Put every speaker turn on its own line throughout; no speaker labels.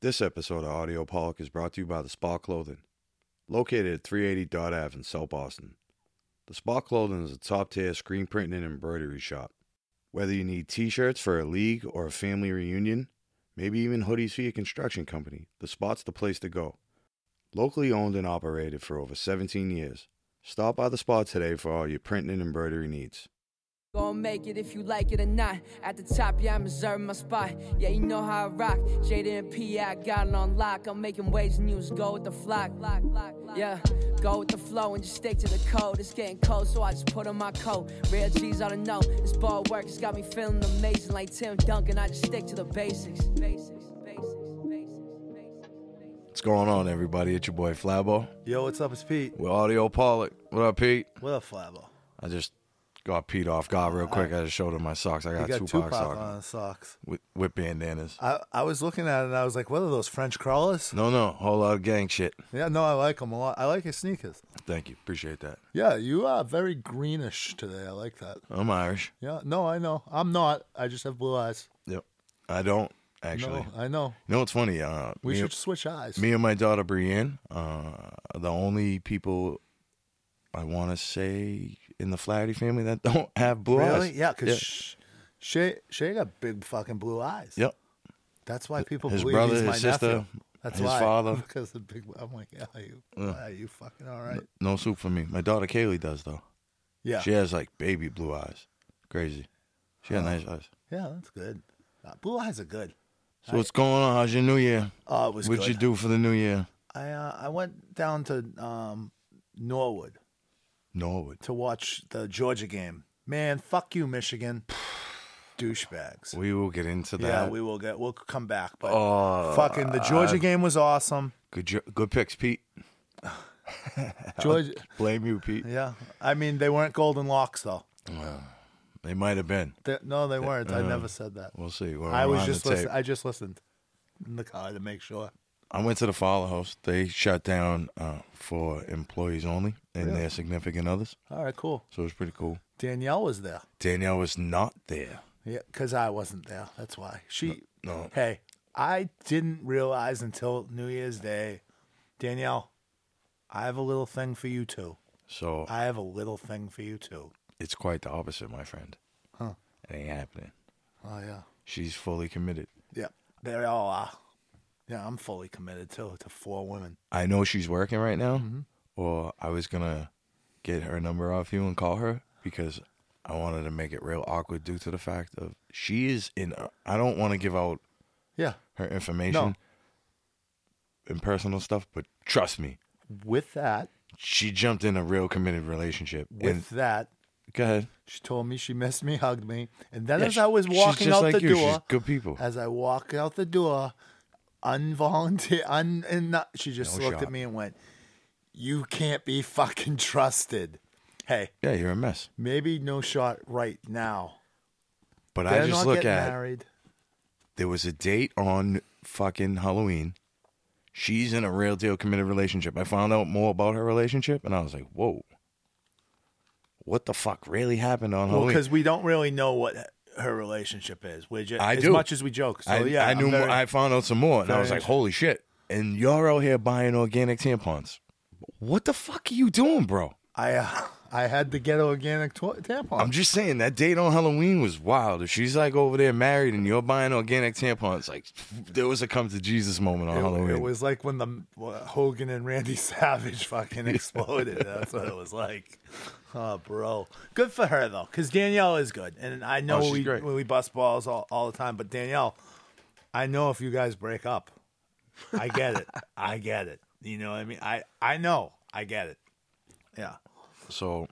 This episode of Audio Pollock is brought to you by The Spa Clothing, located at 380 Dot Ave in South Boston. The Spa Clothing is a top tier screen printing and embroidery shop. Whether you need t shirts for a league or a family reunion, maybe even hoodies for your construction company, the spot's the place to go. Locally owned and operated for over 17 years, stop by the spot today for all your printing and embroidery needs.
Gonna make it if you like it or not. At the top, yeah, I'm reserving my spot. Yeah, you know how I rock. Jada and P.I. got it on lock. I'm making waves and news. Go with the flock. Yeah, go with the flow and just stick to the code. It's getting cold, so I just put on my coat. Real G's on the know. This ball work has got me feeling amazing like Tim Duncan. I just stick to the basics. Basics, basics, basics, basics, basics.
What's going on, everybody? It's your boy Flabbo.
Yo, what's up? It's Pete.
With Audio Pollock. What up, Pete?
What up, Flabbo?
I just got Pete off God real quick. I just showed him my socks. I
You
got,
got
Tupac,
Tupac
socks
on his socks.
with, with bandanas.
I, I was looking at it and I was like, what are those French crawlers?
No, no, whole lot of gang shit.
Yeah, no, I like them a lot. I like his sneakers.
Thank you. Appreciate that.
Yeah, you are very greenish today. I like that.
I'm Irish.
Yeah, no, I know. I'm not. I just have blue eyes.
Yep. I don't actually.
No, I know.
You know what's funny? Uh,
We
me,
should switch eyes.
me and my daughter Brienne uh, are the only people I want to say in the Flaherty family that don't have blue
really?
eyes.
Yeah, because Shay, Shay got big fucking blue eyes.
Yep.
That's why people
His
believe
brother,
he's
his
my
sister,
nephew. That's
his
why.
father.
Because the big. I'm like, yeah, you, yeah, you fucking all right.
No soup for me. My daughter Kaylee does though.
Yeah.
She has like baby blue eyes. Crazy. She had nice eyes.
Yeah, that's good. Uh, blue eyes are good.
So what's going on? How's your new year?
Oh, it was
What'd
good.
you do for the new year?
I uh, I went down to um, Norwood
Norwood.
to watch the Georgia game. Man, fuck you, Michigan, douchebags.
We will get into that.
yeah, we will get. We'll come back, but
Oh,
fucking the Georgia game was awesome.
good, jo- good picks, Pete.
Georgia,
Blame you, Pete.
yeah. I mean, they weren't golden locks though.
They might have been.
They, no, they weren't. I never said that.
We'll see. uh, We're
I was
on the
just listening.
tape.
I just listened in the car to make sure.
I went to the Fowler House. They shut down uh, for employees only and
Really?
their significant others.
All right, cool.
So it was pretty cool.
Danielle was there.
Danielle was not there.
Yeah, because I wasn't there. That's why. She.
no.
Hey, I didn't realize until New Year's Day, Danielle, I have a little thing for you too.
So
I have a little thing for you too.
it's quite the opposite, my friend.
Huh.
It ain't happening.
Oh, yeah.
She's fully committed.
Yeah. They all are. Yeah, I'm fully committed too to four women.
I know she's working right now,
Mm-hmm.
or I was gonna get her number off you and call her because I wanted to make it real awkward due to the fact of she is in. A, I don't want to give out
Yeah.
her information and personal stuff, but trust me,
With that,
she jumped in a real committed relationship.
with that,
and go ahead.
she told me she missed me, hugged me. And then
Yeah,
as
she-
I was
she's
walking
just
out
like
the
you.
door,
She's good people.
as I walk out the door, unvolunteer, un, and not, she just
No
looked
shot.
at me and went, "You can't be fucking trusted." Hey,
Yeah, you're a mess.
maybe no shot right now.
But
They're
I just
not
look
getting
at
married.
there was a date on fucking Halloween. She's in a real deal committed relationship. I found out more about her relationship and I was like, whoa. What the fuck really happened on
Well,
Halloween?
because we don't really know what her relationship is. We're just,
I
as
do.
much as we joke. So
I,
yeah,
I
I'm
knew
very-
more, I found out some more and I
very
was like,
interested.
holy shit. And you're out here buying organic tampons. What the fuck are you doing, bro?
I uh, I had to get organic to- tampon.
I'm just saying that date on Halloween was wild. If she's like over there married and you're buying organic tampons, like there was a come to Jesus moment on
it,
Halloween.
it was like when the well, Hogan and Randy Savage fucking exploded. That's what it was like. Oh, bro. Good for her though, because Danielle is good, and I know
Oh, she's
we
great.
we bust balls all, all the time. But Danielle, I know if you guys break up, I get it. I get it. You know what I mean? I I know. I get it. Yeah.
so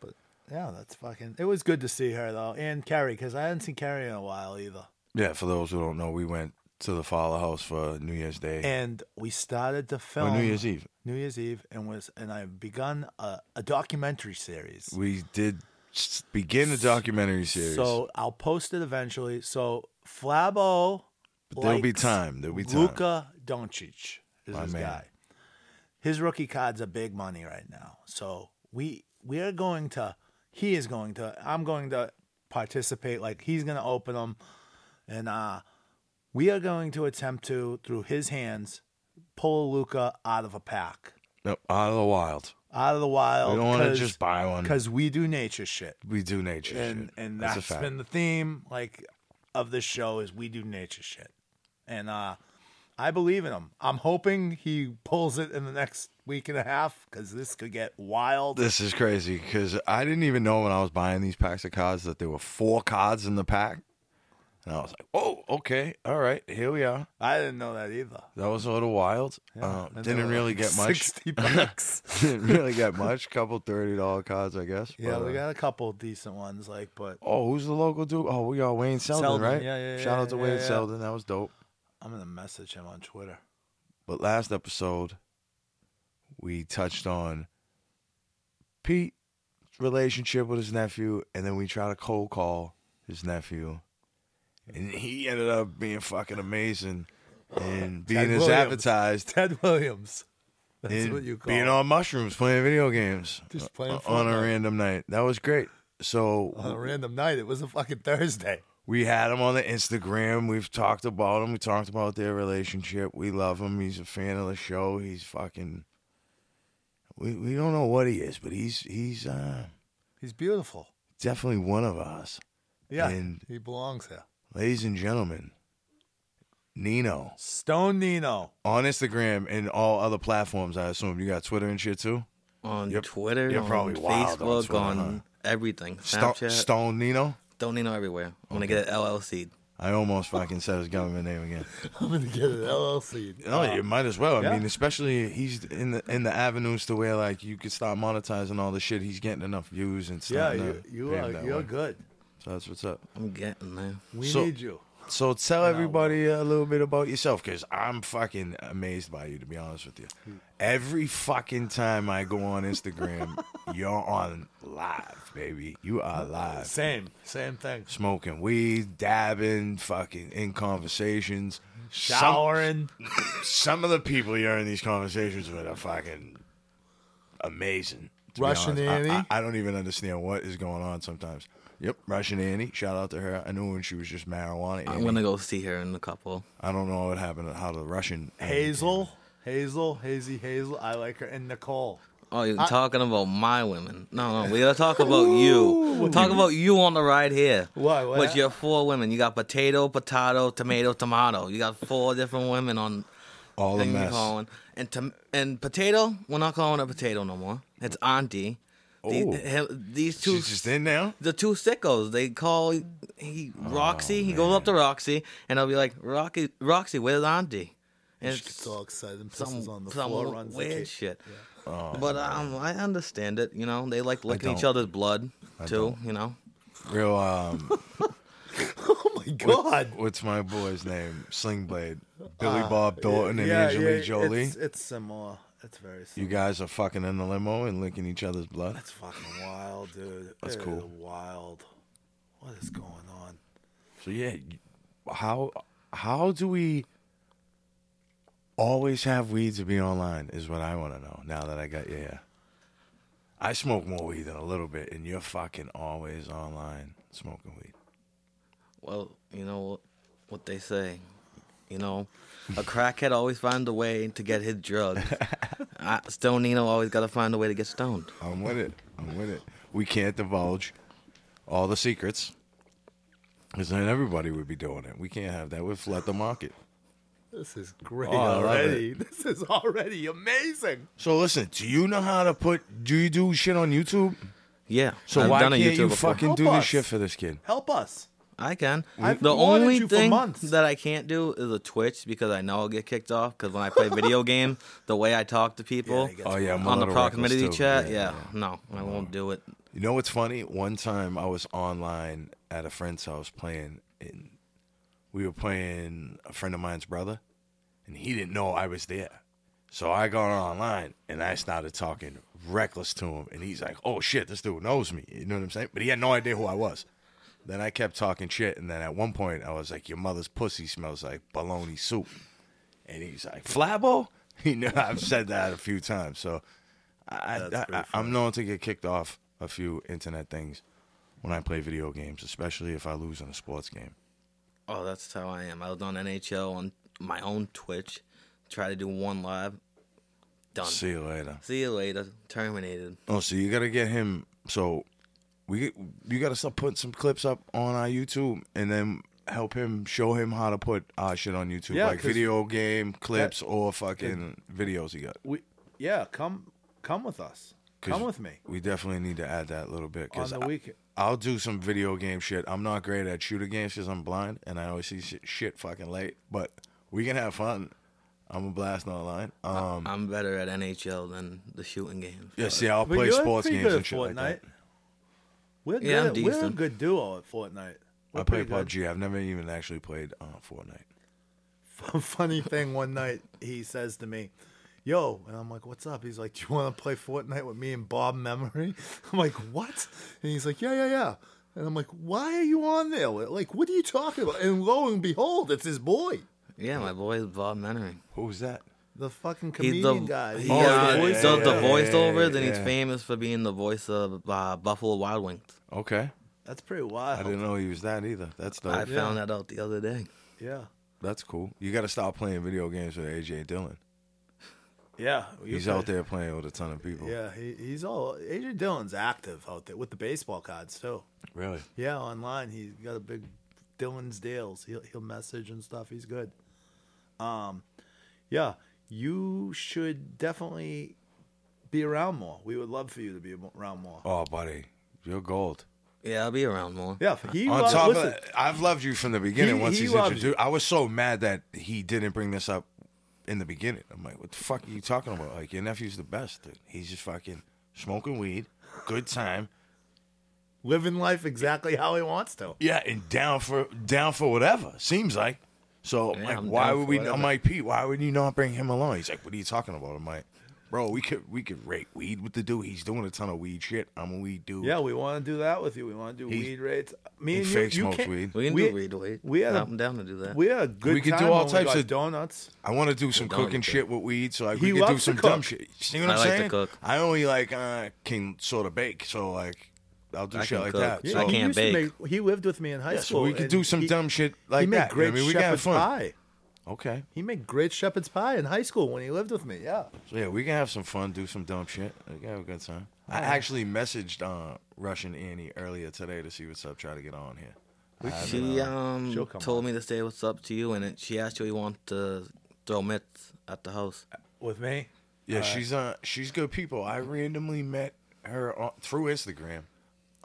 But yeah, that's fucking. It was good to see her though, and Carrie, because I hadn't seen Carrie in a while either.
Yeah, for those who don't know, we went to the Fowler House for New Year's Day
And we started to
or
film
New Year's Eve.
New Year's Eve, and was and I begun a, a documentary series.
We did s- begin the documentary series.
So I'll post it eventually. So Flabo,
there'll be
likes
time. There'll be time.
Luka Doncic is
My
his
man.
guy. His rookie cards are big money right now. So we we are going to. He is going to. I'm going to participate. Like he's going to open them, and uh, We are going to attempt to, through his hands, pull a Luca out of a pack,
No, out of the wild.
out of the wild.
We don't want to just buy one.
because we do nature shit,
we do nature
and
shit.
and
that's,
that's
a fact.
been the theme like of this show is we do nature shit, and uh, I believe in him. I'm hoping he pulls it in the next week and a half because this could get wild.
This is crazy because I didn't even know when I was buying these packs of cards that there were four cards in the pack, and I was like, "Oh, okay, all right, here we are."
I didn't know that either.
That was sort of wild. um,
And they
didn't
were
really
like
get much.
Sixty bucks.
didn't really get much. Couple thirty dollar cards, I guess.
yeah,
but,
we
uh,
got a couple decent ones, like, but
Oh, who's the local dude? Oh, we got Wayne Selden,
Selden,
right?
yeah, yeah,
Shout
yeah,
out to
yeah,
Wayne
yeah.
Selden. That was dope.
I'm gonna message him on Twitter.
But last episode, we touched on Pete's relationship with his nephew, and then we tried to cold call his nephew, and he ended up being fucking amazing and being as
Williams.
advertised
Ted Williams. That's
and
what you call.
being
him.
on mushrooms, playing video games
Just playing
on a
Fortnite.
random night. That was great. So
on a random night. It was a fucking Thursday.
We had him on the Instagram. We've talked about him. We talked about their relationship. We love him. He's a fan of the show. He's fucking. We we don't know what he is, but he's he's uh,
He's beautiful.
definitely one of us,
Yeah,
And-
he belongs here.
ladies and gentlemen. Nino
Stone Nino.
on Instagram and all other platforms. I assume you got Twitter and shit too.
on
You're-
Twitter,
you're
on
probably wild on
Facebook,
Twitter,
on,
huh?
everything.
Sto-
Snapchat,
Stone Nino.
don't need know everywhere. I'm gonna get an LLC.
I almost fucking said his government name again.
I'm gonna get an LLC.
No, Oh, you might as well. I
Um, yeah.
mean, especially he's in the in the avenues to where like you could start monetizing all the shit. He's getting enough views and
Yeah,
stuff.
you, you are you're good.
So that's what's up.
I'm getting there.
We
So-
need you.
So tell everybody a little bit about yourself, because I'm fucking amazed by you. To be honest with you,
Hmm.
every fucking time I go on Instagram, you're on live, baby. You are live.
Same, same thing.
Smoking weed, dabbing, fucking in conversations, Some-
Showering.
some of the people you're in these conversations with are fucking amazing. to be
Russian
honest. I-
Annie?
I, I don't even understand what is going on sometimes. Yep, Russian Annie. Shout out to her. I knew when she was just marijuana.
I'm
Annie.
gonna go see her in a couple.
I don't know what happened. How the Russian Annie
Hazel. Hazel. Hazy Hazel. I like her. And Nicole.
Oh, you're talking about my women? No, no, we gotta talk about you. We'll talk about you on the ride here.
Why, what
With
hap-
your four women, you got potato, potato, tomato, tomato. You got four different women on
came. all the
thing you're
mess.
calling. And tom- and potato, we're not calling her potato no more. It's auntie. The-
Oh.
he- these two
She's just in now.
the two sickos. They call he
Oh,
Roxy. he goes up to Roxy, and I'll be like, Rocky, Roxy, where's Auntie? And
She's so excited. and
some,
Pisses on the
some
floor. Runs the
weird
cage.
shit. but um, I understand it. You know, they like licking each
Oh, don't.
other's blood too. You know,
Real um,
Oh my god. Uh,
what's my boy's name? Slingblade, Billy Bob Thornton, and Angelina Jolie.
It's, it's similar. It's very
you
similar.
guys are fucking in the limo and licking each other's blood.
That's fucking wild, dude.
That's
It
cool.
is Wild. What is going on?
So yeah, you- how how do we always have weed to be online is what I want to know. Now that I got you here, I smoke more weed than a little bit, and you're fucking always online smoking weed.
well, you know what, what they say. You know, a crackhead always finds a way to get his drugs. I, Stone Nino always got to find a way to get stoned.
I'm with it. I'm with it. We can't divulge all the secrets, because then everybody would be doing it. We can't have that. We'd flood the market.
This is great
Oh, I love
already. This is already amazing.
So listen, do you know how to put? Do you do shit on YouTube?
Yeah.
So
I've
why
done
can't
a YouTube
you
before.
fucking
Help
do this
us.
shit for this kid?
Help us.
I can.
I've
the
wanted
only
you for
thing
months.
that I can't do is a Twitch because I know I'll get kicked off. Because when I play video games, the way I talk to people
it gets
Oh yeah, I'm a
on the
little reckless,
proximity
too.
chat, yeah, no, I won't do it.
You know what's funny? One time I was online at a friend's house playing, and we were playing a friend of mine's brother, and he didn't know I was there. So I got online and I started talking reckless to him, and he's like, "Oh shit, this dude knows me." You know what I'm saying? But he had no idea who I was. Then I kept talking shit, and then at one point I was like, "Your mother's pussy smells like bologna soup," and he's like, "Flabbo." You know, I've said that a few times, so I, I, I, I'm known to get kicked off a few internet things when I play video games, especially if I lose in a sports game.
Oh, that's how I am. I was on NHL on my own Twitch. Try to do one live. Done.
See you later.
See you later. Terminated.
Oh, so you gotta get him. So we you gotta start putting some clips up on our YouTube, and then help him show him how to put our shit on YouTube,
Yeah,
like
'cause-
video game clips or fucking videos he got.
We yeah, come come with us.
'Cause
Come with me
We definitely need to add that little bit
on
because
the weekend.
I'll do some video game shit. I'm not great at shooter games because I'm blind and I always see shit, shit fucking late. But we can have fun. I'm a blast online.
Uh,
Um,
I'm better at NHL than the shooting games.
yeah, see, I'll
But
play
you're
sports
pretty
games
good
and
at
shit like that.
Fortnite. We're
Yeah, I'm
good. we're a
decent.
good duo at Fortnite. We're
I play
pretty good.
PUBG. I've never even actually played uh, Fortnite.
funny thing one night he says to me yo and i'm like what's up he's like do you want to play fortnite with me and bob memory i'm like what and he's like yeah yeah yeah and i'm like why are you on there like what are you talking about and lo and behold it's his boy
Yeah, my boy is Bob Mennering.
Who's that?
the fucking
He's
comedian
the
guy
he
He's
uh,
the voice
does the,
actor.
voiceovers, and he's
yeah.
famous for being the voice of uh, Buffalo Wild Wings.
Okay,
that's pretty
I
wild
didn't know he was that either. That's dope.
I found that out the other day.
yeah
That's cool. You got to stop playing video games with AJ Dillon.
yeah you
He's
play-
out there playing with a ton of people.
yeah he, he's all adrian dillon's active out there with the baseball cards too
really.
yeah online he's got a big dylan's deals he'll, he'll message and stuff he's good Um, yeah, you should definitely be around more. We would love for you to be around more.
Oh, buddy, you're gold.
Yeah, I'll be around more.
Yeah, he
On
loves,
top
listen,
of, I've loved you from the beginning.
He-
once
he
he's
loves
introduced, I was so mad that he didn't bring this up in the beginning. I'm like, what the fuck are you talking about? Like your nephew's the best. Dude. He's just fucking smoking weed, good time.
living life exactly how he wants to.
Yeah, and down for down for whatever. Seems like. So
Yeah,
like,
I'm
why
down
would
for
we?
whatever.
I'm like Pete. Why would you not bring him along? He's like, what are you talking about? I'm like, bro, we could we could rate weed with the dude. He's doing a ton of weed shit. I'm a weed dude.
Yeah, we want to do that with you. We want to do
He-
weed rates. Me
he
and you,
fake
you
smokes
can't-
weed.
We can
we-
do read wait.
we had a-
I'm down to do that.
We had a good
We could do
time
all
when we
types
got
of-
donuts.
I want to do some
Don't
cooking
do
shit with weed, so like
He
we could do
loves to
some dumb
cook.
shit. You See what I'm
I like to
saying?
cook.
I only like uh, can sort of bake, so like I'll do
I
shit
can
like
cook.
that.
Yeah,
so
I
he
can't
used to
bake.
make- he lived with me in high
Yeah, so
school.
we could
and
do some
he-
dumb shit like
he made
that. You know
Great
what I mean? We can have
shepherd's
fun.
pie.
okay,
He made great shepherd's pie in high school when he lived with me. Yeah.
so yeah, we can have some fun, do some dumb shit. We can have a good time. I actually messaged uh, Russian Annie earlier today to see what's up, try to get on here.
She um
She'll come
told
on.
me to say what's up to you, and it, she actually wants to throw mitts at the house.
With me?
Yeah, she's uh she's good people. I randomly met her on, through Instagram.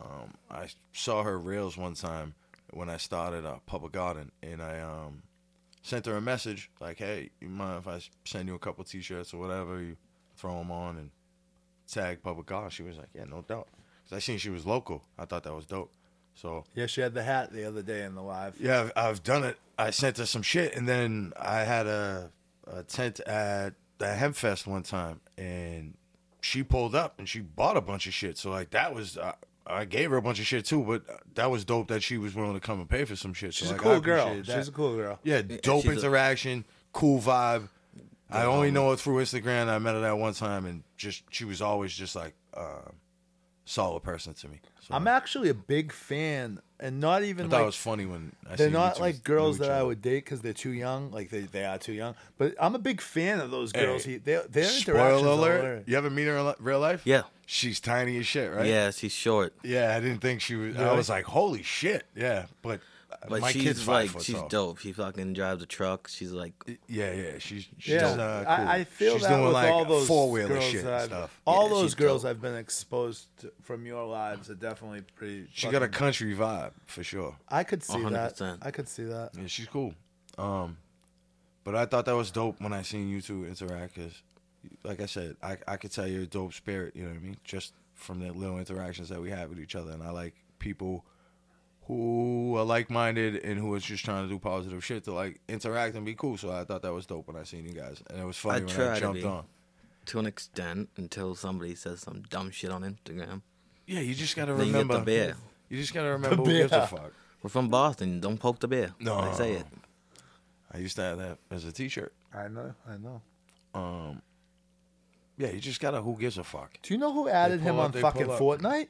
Um, I saw her reels one time when I started uh, Public Garden, and I um sent her a message like, "Hey, you mind if I s- send you a couple t-shirts or whatever? You throw them on and tag Public Garden." She was like, "Yeah, no doubt." 'Cause I seen she was local. I thought that was dope. So
Yeah, she had the hat the other day in the live.
yeah, I've, I've done it. I sent her some shit, and then I had a, a tent at the Hempfest one time, and she pulled up and she bought a bunch of shit. So like that was, I, I gave her a bunch of shit too, but that was dope that she was willing to come and pay for some shit.
She's
so,
a
like, I
cool girl.
appreciated that.
She's a cool girl.
Yeah, dope
she's a- um,
interaction, cool vibe. I only know her through Instagram. I met her that one time, and just she was always just like uh, solid person to me. So
I'm actually a big fan, and not
I
even
thought it
like
was funny when I
they're
seen you
not
two
like
knew
girls
each
that I
other.
would date because they're too young. Like they, they are too young. But I'm a big fan of those girls.
Hey,
He, they, their interactions
Spoiler
are
alert!
hilarious.
You ever meet her in li- real life?
Yeah.
She's tiny as shit, right?
Yeah, she's short,
Yeah, I didn't think she was. I was like, holy shit! Yeah, but, uh,
but
my kid's
she's
five
like
foot
she's
tall.
dope. She fucking drives a truck. She's like
Yeah, yeah, she's she's
Yeah,
uh, cool.
I, I feel
she's
that
doing
with
like
all those
four wheeler
girls
shit
that
and
I've-
stuff.
All
Yeah,
those
she's
girls
dope.
I've been exposed to, from your lives are definitely pretty.
She got a
fucking-
country vibe for sure.
I could see that.
100%.
I could see that.
Yeah, she's cool. Um, but I thought that was dope when I seen you two interact. Cause, like I said, I I could tell you're a dope spirit. You know what I mean? Just from the little interactions that we have with each other, and I like people who are like minded and who is just trying to do positive shit to like interact and be cool. So I thought that was dope when I seen you guys, and it was funny
I
when
try
I
to
jumped
be.
on.
to an extent until somebody says some dumb shit on Instagram.
Yeah, you just gotta
Then you get the
remember.
bear.
you just gotta remember who gives a
bear.
fuck.
We're from Boston. Don't poke the bear.
No.
they say it.
I used to have that as a T-shirt.
I know. I know.
Yeah, you just gotta who gives a fuck.
Do you know who added
pull
him
up,
on
they
fucking
pull up.
Fortnite?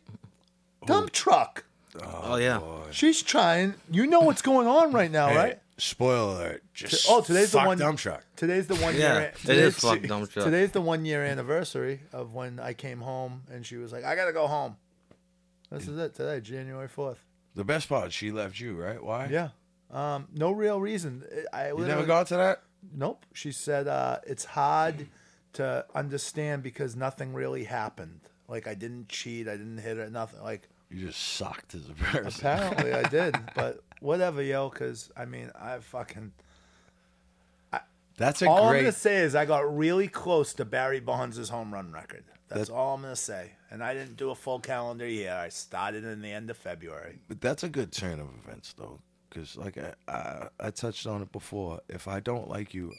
Dump truck.
Oh, yeah.
She's trying. You know what's going on right now,
Hey,
right?
Spoiler alert. Just
Oh, today's the
fuck
one
dump truck.
Today's the one
Yeah,
year.
it
today-
is fuck dumb truck.
Today's the one year anniversary of when I came home and she was like, "I gotta go home." This
Mm.
is it today, January fourth.
The best part, she left you, right? Why?
Yeah. Um, no real reason.
You
I
never
literally-
got to that?
Nope. She said uh, it's hard to understand because nothing really happened. Like I didn't cheat. I didn't hit her. Nothing. Like
You just sucked as a person.
apparently I did, but whatever, yo. Because I mean, I fucking.
That's a
all I'm
great.
gonna say is I got really close to Barry Bonds' home run record. That's all I'm gonna say. And I didn't do a full calendar year. I started in the end of February.
But that's a good turn of events, though, because like I, I, I touched on it before. If I don't like you,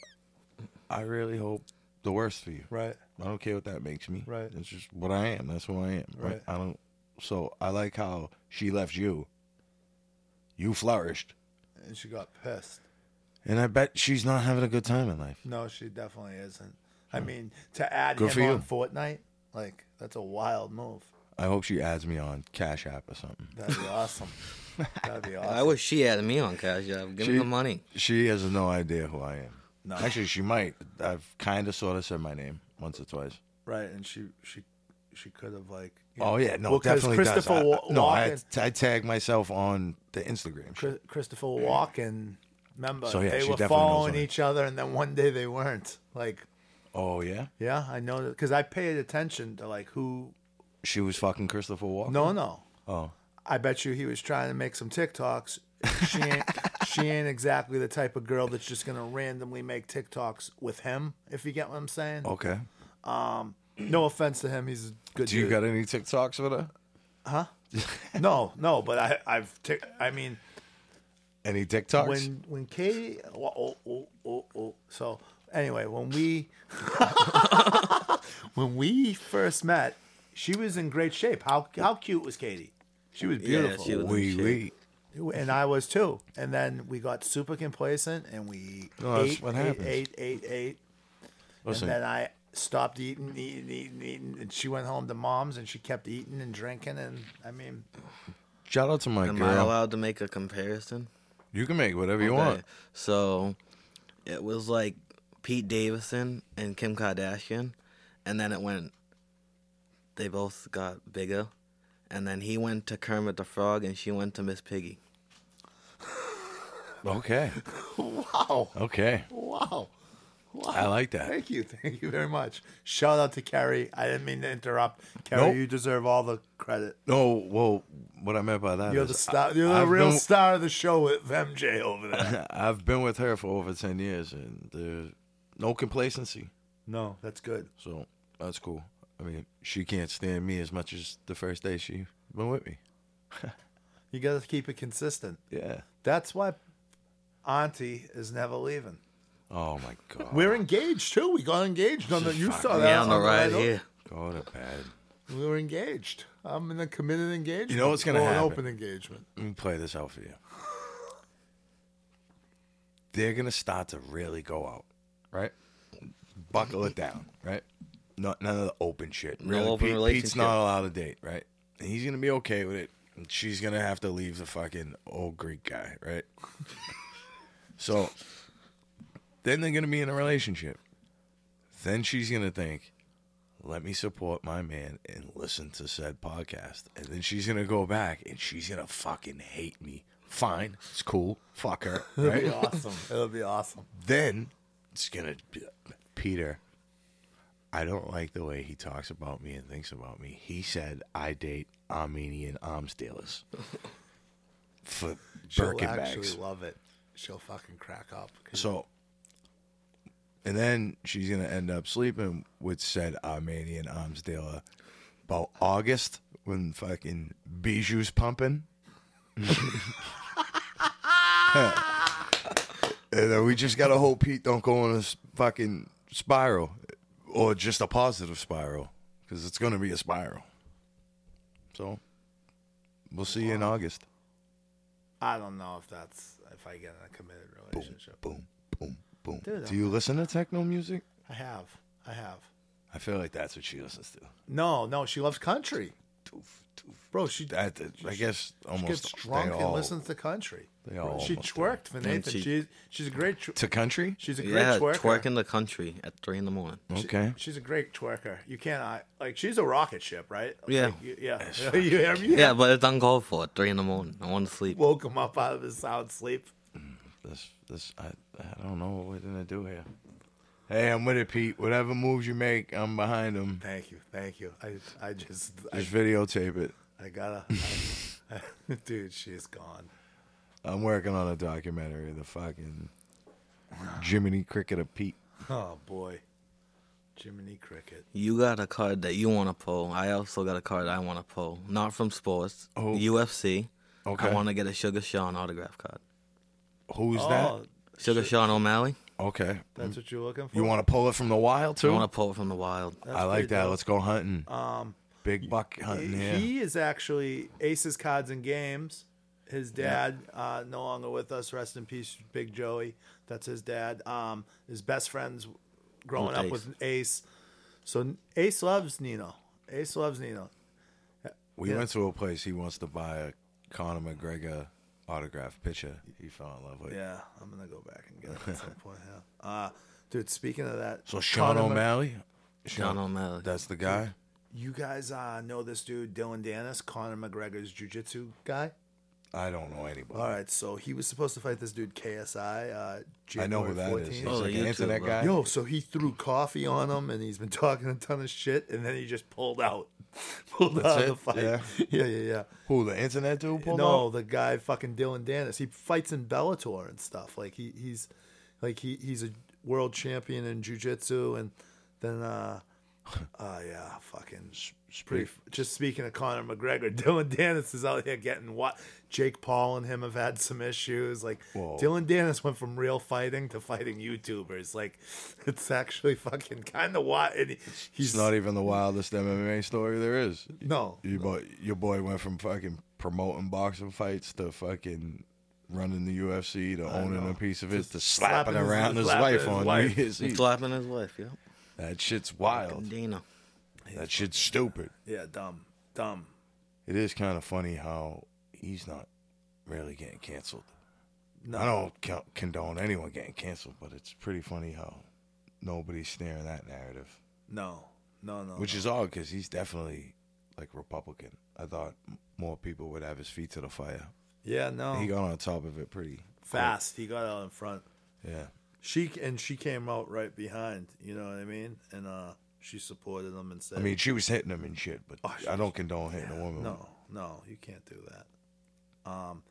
I really hope the worst for you.
Right.
I don't care what that makes me.
Right.
It's just what I am. That's who I am. Right.
Right.
I don't. So I like how she left you. You flourished,
And she got pissed.
and I bet she's not having a good time in life.
No, she definitely isn't. I mean, to add
Hmm. Good
him
for you.
on Fortnite, like that's a wild move.
I hope she adds me on Cash App or something.
That'd be awesome. That'd be awesome.
I wish she had me on Cash App. Give
She-
me the money.
She has no idea who I am. Actually, she might. I've kind of sort of said my name once or twice.
Right, and she she she could have like. you
Oh
know-
yeah, no,
Well, 'cause
definitely does.
Christopher
I- I-
Wa-
no, I,
Walken.
I tag myself on the Instagram. shit.
Chris- Christopher Walken. Remember,
Mm. So, yeah,
they
she
were
definitely knows
following
what I-
each other, and then one day they weren't. Like,
Oh yeah,
yeah, I know because I paid attention to like who.
she was fucking Christopher Walken.
No, no,
Oh,
I bet you he was trying to make some TikToks. She ain't, she ain't exactly the type of girl that's just gonna randomly make TikToks with him. If you get what I'm saying.
okay.
No offense to him, he's a good.
Do you
dude.
got any TikToks with her?
no, no, but I, I've, tick I mean,
Any TikToks?
when when Katie, oh, oh, oh, oh. so anyway, when we when we first met, she was in great shape. How how cute was Katie? She was beautiful,
she was-
we we.
and I was too. And then we got super complacent, and we
No, that's
ate,
what
ate,
happens.
ate, ate, ate,
Listen,
and then I stopped eating, eating, eating, eating, and she went home to mom's, and she kept eating and drinking, and I mean,
shout out to my
Am I
girl.
allowed to make a comparison?
You can make whatever you
Okay,
want.
So it was like Pete Davidson and Kim Kardashian, and then it went. They both got bigger, and then he went to Kermit the Frog, and she went to Miss Piggy.
Okay,
wow,
okay.
wow. Wow.
I like that.
Thank you. Thank you very much. Shout out to Carrie. I didn't mean to interrupt. Carrie,
Nope.
you deserve all the credit.
No, well, what I meant by that
You're
is
the star. You're the
I've
real
been-
star of the show with MJ over there.
I've been with her for over ten years, and there's no complacency.
no, that's good.
So that's cool. I mean, she can't stand me as much as the first day she been with me.
You got to keep it consistent.
Yeah.
That's why Auntie is never leaving.
Oh my god.
We're engaged too. We got engaged on the. You saw that
Yeah, on the right
o-
here.
Go to bed.
We were engaged. I'm in a committed engagement.
You know what's gonna
Well, an
happen.
open engagement.
Let me play this out for you. They're gonna start to really go out, right? Buckle it down, right? Not none of the open shit.
No
Really,
open
Pete- Pete's
relationship.
not allowed to date, right? And he's gonna be okay with it. And she's gonna have to leave the fucking old Greek guy, right? so then they're gonna be in a relationship. Then she's gonna think, let me support my man and listen to said podcast. And then she's gonna go back and she's gonna fucking hate me. Fine, it's cool. Fuck her,
It'll
right?
be awesome. It'll be awesome.
then it's gonna be Peter. I don't like the way he talks about me and thinks about me. He said I date Armenian arms dealers for
She'll
Birkin
actually
bags.
love it. She'll fucking crack up.
So, and then she's gonna end up sleeping with said Armenian arms dealer about August when fucking Bijou's pumping. and then we just gotta hope Pete don't go on a s- fucking spiral, or just a positive spiral, because it's gonna be a spiral. So, we'll see you in August.
I don't know if that's if I get in a committed relationship.
Boom, boom, boom.
Dude,
Do you listen to techno music?
I have. I have.
I feel like that's what she listens to.
No, no, she loves country. Bro, she
I, I guess
she
almost
gets drunk
they
and
all,
listens to country.
they all
She
almost
twerked for Nathan.
she-
she's she's a great tw-
to country.
she's a great
Yeah,
twerker.
twerk in the country at three in the morning.
She-
Okay.
she's a great twerker. You can't I, like she's a rocket ship, right?
Yeah.
Like, you, yeah. you hear me?
Yeah, but it's uncalled for at three in the morning. I want to sleep.
Woke him up out of his sound sleep.
This this I I don't know what we're gonna do here. Hey, I'm with it, Pete. Whatever moves you make, I'm behind them.
Thank you, thank you. I I just I,
Just videotape it.
I gotta, dude. She's gone.
I'm working on a documentary. The fucking Jiminy Cricket of Pete.
Oh boy, Jiminy Cricket.
You got a card that you want to pull. I also got a card I want to pull. Not from sports.
Oh.
UFC.
Okay.
I want to get a Sugar Sean autograph card.
Who's
Oh,
Sugar Sean O'Malley.
that? Okay.
that's what you're looking for.
You want to pull it from the wild
I
too?
want to pull it from the wild.
I like
pretty
that.
dope.
Let's go hunting.
Um,
Big buck hunting. Yeah.
he is actually Aces Cards and Games. His dad, uh, no longer with us. Rest in peace, Big Joey. That's his dad. Um, his best friends growing
With
up
Ace.
with Ace. So Ace loves Nino. Ace loves Nino.
we
yeah.
went to a place. He wants to buy a Conor McGregor autograph picture. He fell in love with.
Yeah, I'm gonna go back and get it at some point. Yeah. Uh, dude, speaking of that,
So Sean
Conor Mc-
O'Malley.
Sean O'Malley.
That's the guy.
you guys uh, know this dude Dylan Dennis, Conor McGregor's jujitsu guy.
I don't know anybody.
All right, so he was supposed to fight this dude KSI. Uh,
I know who
January
that is.
14th.
He's
Oh,
like an
YouTube,
internet
bro.
guy.
Yo, so he threw coffee on him, and he's been talking a ton of shit, and then he just pulled out, pulled
That's
out
it?
of the fight.
Yeah.
Yeah, yeah, yeah.
Who the internet dude pulled
no,
up?
the guy fucking Dylan Dennis. He fights in Bellator and stuff. Like he, he's, like he, he's a world champion in jujitsu, and then, uh, uh, yeah, fucking. Pretty, just speaking of Conor McGregor, Dylan Dennis is out here getting what Jake Paul and him have had some issues. Like
Whoa.
Dylan Dennis went from real fighting to fighting YouTubers. Like it's actually fucking kind of what. And he- he's
It's not e-, even the wildest MMA story there is.
no.
Your boy, your boy went from fucking promoting boxing fights to fucking running the UFC to owning a piece of it to slapping,
slapping his-
around his,
slapping
wife
his
on
wife.
New Year's
He's
Eve.
slapping his wife, yeah.
That shit's wild.
Dana.
That shit's stupid.
Yeah, dumb, dumb.
It is kind of funny how he's not really getting canceled.
No.
I don't co- condone anyone getting canceled, but it's pretty funny how nobody's snaring that narrative,
No, no, no.
which is odd because he's definitely like Republican. I thought m- more people would have his feet to the fire.
yeah, no.
He got on top of it pretty
fast. He got out in front.
Yeah.
She and she came out right behind. You know what I mean? And uh, she supported him and said,
I mean, she was hitting him and shit, but
Oh, she
I don't condone hitting a woman.
"No, no, you can't do that." Um,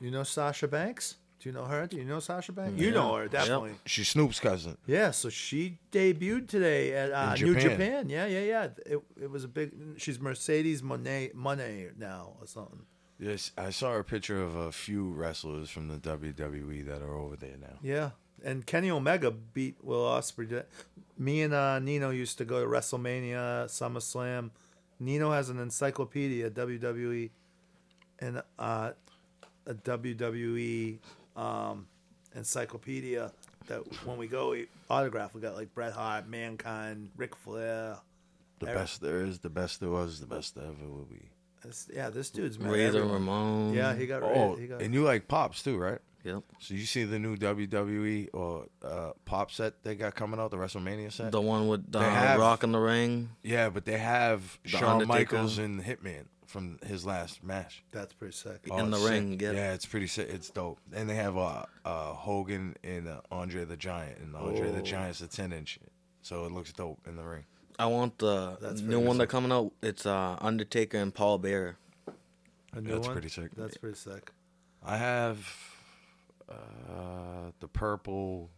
you know Sasha Banks? Do you know her? Do you know Sasha Banks? You know her definitely.
She's Snoop's cousin.
Yeah, so she debuted today at uh,
In
New
Japan.
Japan. Yeah, yeah, yeah. It, it was a big. She's Mercedes Monet Monet now or something.
Yes, I saw a picture of a few wrestlers from the WWE that are over there now.
Yeah, and Kenny Omega beat Will Osprey. Me and uh, Nino used to go to WrestleMania, SummerSlam. Nino has an encyclopedia WWE, and uh, a WWE um, encyclopedia that when we go we autograph, we got like Bret Hart, Mankind, Ric Flair.
The
Eric-
best there is, the best there was, the best there ever will be.
That's- yeah, this dude's mad.
Razor
everyone.
Ramon.
Yeah, he got.
Oh,
he got
and you like pops too, right?
Yep.
So you see the new WWE or uh, pop set they got coming out, the WrestleMania set?
The one with uh,
They have-
Rock in the ring.
yeah, but they have Shawn
Undertaker.
Michaels and Hitman from his last match.
that's pretty sick.
Oh,
In the
it's sick.
ring, yeah.
yeah, it's pretty sick. It's dope. And they have uh, uh Hogan and uh, Andre the Giant, and Andre
Oh.
the Giant's a ten inch, so it looks dope in the ring.
I want the
That's
new
pretty
one that's coming out. It's uh, Undertaker and Paul Bearer.
A new
That's
one?
pretty sick.
That's pretty sick.
I have uh the purple.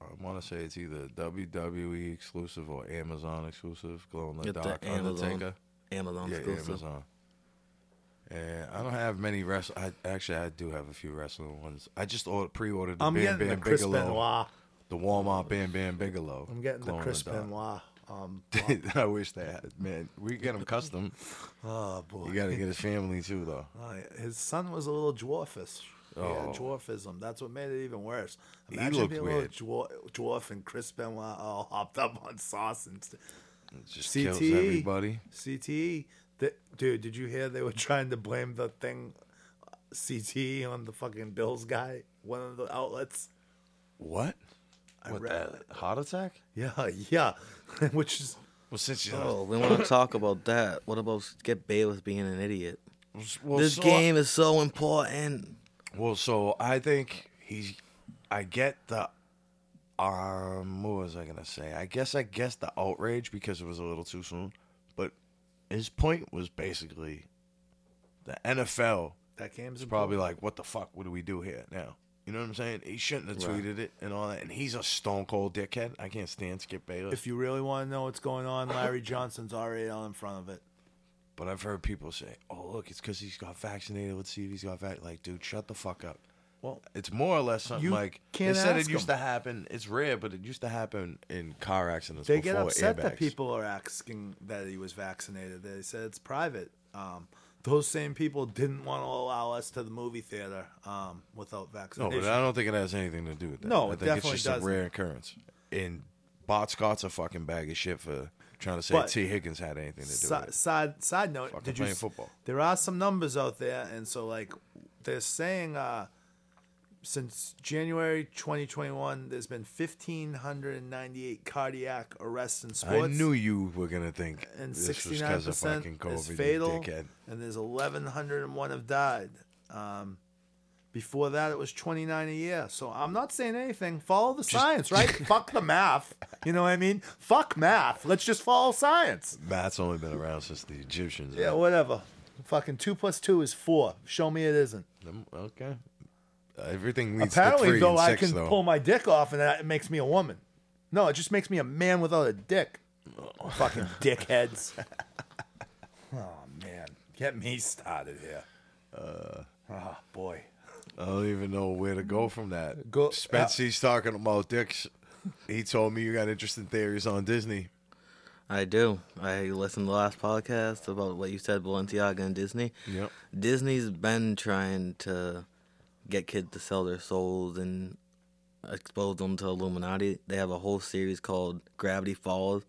I want to say it's either WWE exclusive or Amazon exclusive. Glow in the
Get the
dark
Amazon
Undertaker.
Amazon
Yeah,
exclusive.
Amazon. And I don't have many wrestling. I actually I do have a few wrestling ones. I just order, pre-ordered the
I'm
Bam
getting
Bam
the Chris
Bigelow.
Benoit.
The Walmart Bam Bam Bigelow.
I'm getting the
Glow in
Chris
dark.
Benoit. Um,
I wish they had. Man, we get him custom.
oh boy,
You got to get his family too, though.
Oh, yeah. his son was a little dwarfish.
Oh.
Yeah, dwarfism. That's what made it even worse.
He
Imagine
looked
being a
weird.
little dwarf, dwarf and Chris Benoit all hopped up on sauce and st- E.
It just kills
CTE.
everybody.
CTE. Th- E. dude, did you hear they were trying to blame the thing uh, CTE on the fucking Bills guy? One of the outlets.
What?
I
What
read.
the heart attack?
Yeah, yeah. Which is
Well, since you
Oh, we want to talk about that. What about get Bayless being an idiot?
well,
this
so-
game is so important.
Well, so I think he's. I get the. Um, what was I gonna say? I guess I guess the outrage because it was a little too soon, but his point was basically, the NFL
that game's
is probably like, "What the fuck? What do we do here now?" You know what I'm saying? He shouldn't have tweeted it and all that. And he's a stone cold dickhead. I can't stand Skip Bayless,
If you really want to know what's going on, Larry Johnson's already all in front of it.
but I've heard people say, "Oh, look, it's because he's got vaccinated. Let's see if he's got vac." Like, dude, shut the fuck up.
Well,
It's more or less something
You
like
can't
they said
ask
it used
'em.
to happen. It's rare, but it used to happen in car accidents.
they
before
get upset
airbags.
that people are asking that he was vaccinated. They said it's private. Um, those same people didn't want to allow us to the movie theater um, without
No,
vaccination.
but I don't think it has anything to do with that.
No,
I
it
think
definitely
it's just
doesn't.
a rare occurrence. And Bot Scott's a fucking bag of shit for trying to say
But-
T. Higgins had anything to do with
side,
it.
side side note
Fucking
did you
playing
s-
football.
there are some numbers out there and so like they're saying uh since January 2021 there's been 1598 cardiac arrests in sports
I knew you were gonna think
and
this was because of
69%
fucking
is
COVID, you
fatal
dickhead.
and there's 1101 have died um before that, it was 29 a year. So I'm not saying anything. Follow the science, right? Fuck the math. You know what I mean? Fuck math. Let's just follow science.
Matt's only been around since the Egyptians.
Yeah,
man.
whatever. Fucking two plus two is four. Show me it isn't.
Um, Okay. Everything leads to
Apparently,
three
though,
and
I
six,
can
though.
pull my dick off, and that it makes me a woman. No, it just makes me a man without a dick. Fucking dickheads. oh man, get me started here. Uh, oh boy.
I don't even know where to go from that.
Go- uh,
Spency's talking about dicks. He told me you got interesting theories on Disney.
I do. I listened to the last podcast about what you said, Balenciaga and Disney.
Yep.
Disney's been trying to get kids to sell their souls and expose them to Illuminati. They have a whole series called Gravity Falls.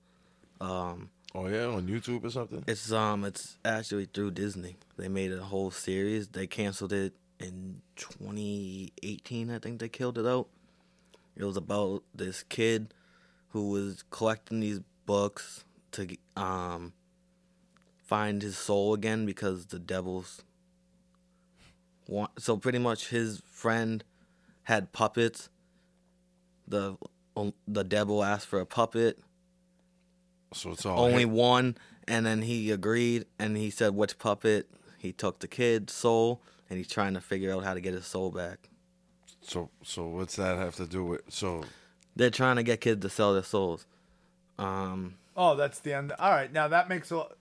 Um,
Oh yeah, on YouTube or something.
It's um, it's actually through Disney. They made a whole series. They canceled it in 2018, I think they killed it out. It was about this kid who was collecting these books to um find his soul again because the devils want. So pretty much, his friend had puppets. The um, the devil asked for a puppet
So it's
Oh,
all
only
hit-
one and then he agreed and he said which puppet he took the kid's soul and he's trying to figure out how to get his soul back
So so what's that have to do with? So
they're trying to get kids to sell their souls um
Oh, that's the end. All right, now that makes a. lot-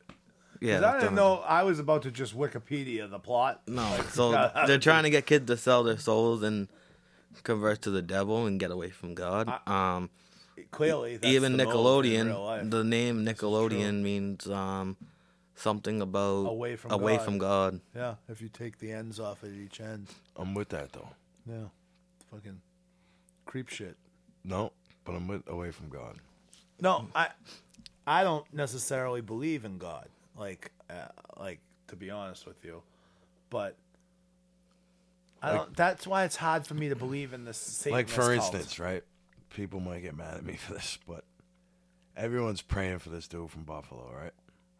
yeah
'cause I didn't know I was about to just Wikipedia the plot.
no so they're trying to get kids to sell their souls and convert to the devil and get away from god um
Clearly, that's
E-, even
the mode in real
nickelodeon
life.
the name nickelodeon means um something about
Away from
away
God.
from god
yeah, if you take the ends off at each end.
I'm with that though.
Yeah. Fucking creep shit.
No, but I'm with away from God.
No, I I don't necessarily believe in God. Like uh, like to be honest with you, but I don't. That's why it's hard for me to believe in this.
like
Satanist
for
cult.
instance, right? People might get mad at me for this, but everyone's praying for this dude from Buffalo, right?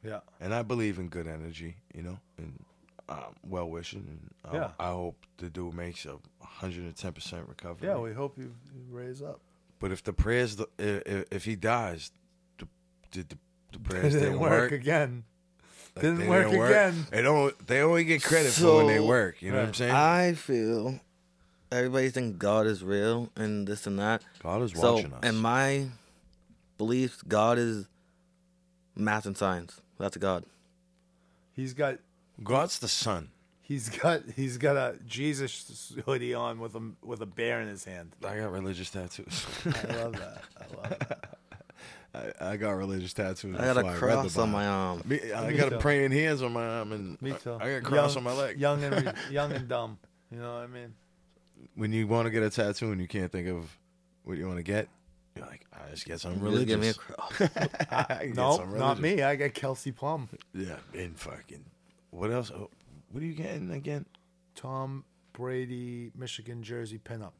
yeah,
And I believe in good energy, you know, and um, well wishing. And I,
Yeah.
I hope the dude makes a 110% recovery.
yeah. We hope you, you raise up.
But if the prayers, the, if, if he dies, the, the, the, the prayers
It
didn't work.
again.
like,
didn't
they
work again.
They don't. They only get credit for when they
So-
work. You know what I'm
Right.
saying?
I feel everybody thinks God is real and this and that.
God is
So,
watching us.
in my beliefs, God is math and science. That's God.
He's got.
God's the son.
He's got he's got a Jesus hoodie on with a with a bear in his hand.
I got religious tattoos.
I love that. I love that.
I, I got religious tattoos.
I got
before
a
read
cross
the
on
Bible.
my arm.
Me, I
Me
got
too.
a praying hands on my arm, and
Me
I-
too.
I, got a cross
Young-
on my leg.
Young and re- young and dumb. You know what I mean?
When you want to get a tattoo and you can't think of what you want to get, You're like, I just guess I'm
Just
religious.
give me a cross.
I guess
No,
I'm
not
religious.
me. I got Kelsey Plum,
Yeah, and fucking. What else? Oh, what are you getting again?
Tom Brady, Michigan jersey pinup.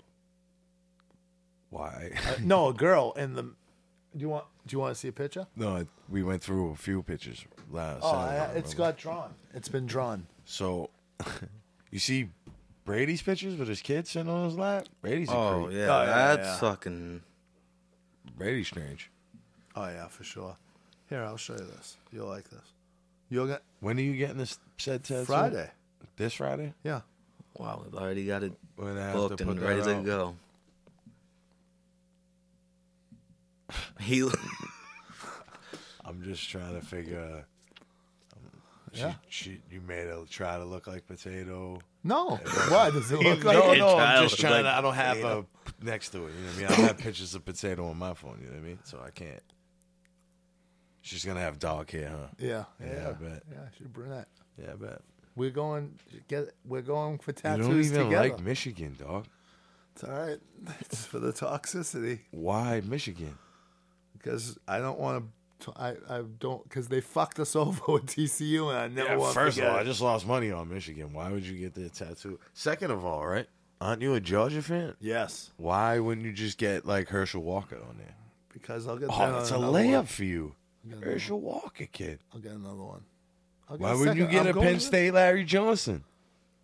Why?
Uh, no, a girl in the. Do you want? Do you want to see a picture?
no, I- we went through a few pictures last.
Oh,
Saturday, I
I, it's
remember.
got drawn. It's been drawn.
So, you see Brady's pictures with his kid sitting on his lap. Brady's a
oh
creep.
yeah,
Oh, yeah,
that's
yeah.
fucking.
Brady's strange.
Oh yeah, for sure. Here, I'll show you this. You'll like this. You'll get
When are you getting this said tattoo?
Friday.
This Friday?
Yeah.
Wow, we've already got it
We're gonna have
booked
to put
and ready
that
to
out.
go. He.
I'm just trying to figure. out- um, She,
Yeah.
she, you made her try to look like potato.
No. Why does it look like?
no,
it?
no, I'm
Child
just trying to.
like
I don't have a next to it. You know what I mean? I don't have pictures of potato on my phone. You know what I mean? So I can't. She's gonna have dog hair, huh?
Yeah. Yeah.
Yeah,
Yeah.
I bet.
she's brunette.
Yeah, I bet.
We're going get. We're going for
You
tattoos
don't even
together.
like Michigan, dog.
It's all right. It's for the toxicity
Why Michigan?
because I don't want to. I I don't because they fucked us over with TCU and I never want.
first
to
of all, I just lost money on Michigan. Why would you get the tattoo? Second of all, right? Aren't you a Georgia fan?
yes,
Why wouldn't you just get like Herschel Walker on there?
because I'll get. that
Oh, it's a
on another
layup
One.
for you.
another
Herschel Walker, kid.
I'll get another one. I'll
Why
a
wouldn't you
second-
get
I'm
a
going
Penn
with it.
State Larry Johnson?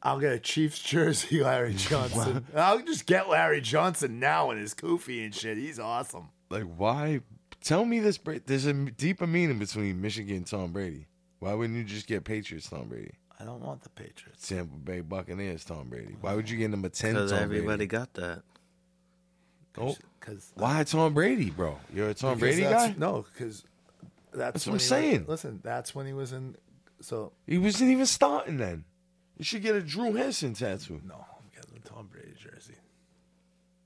I'll get a Chiefs jersey, Larry Johnson. I'll just get Larry Johnson now and his koofy and shit. He's awesome.
Like, why? Tell me this. Bra- There's a m- deeper meaning between Michigan and Tom Brady. Why wouldn't you just get Patriots Tom Brady?
I don't want the Patriots.
Tampa Bay Buccaneers Tom Brady. Why would you get number 10 Tom
Because
Brady?
everybody got that.
Oh,
Because
why Tom Brady, bro? You're a Tom Brady guy?
No, because that's,
That's what I'm
when he was-
saying.
listen, that's when he was in. So
He wasn't even starting then. You should get a Drew Henson tattoo.
no, I'm getting the Tom Brady jersey.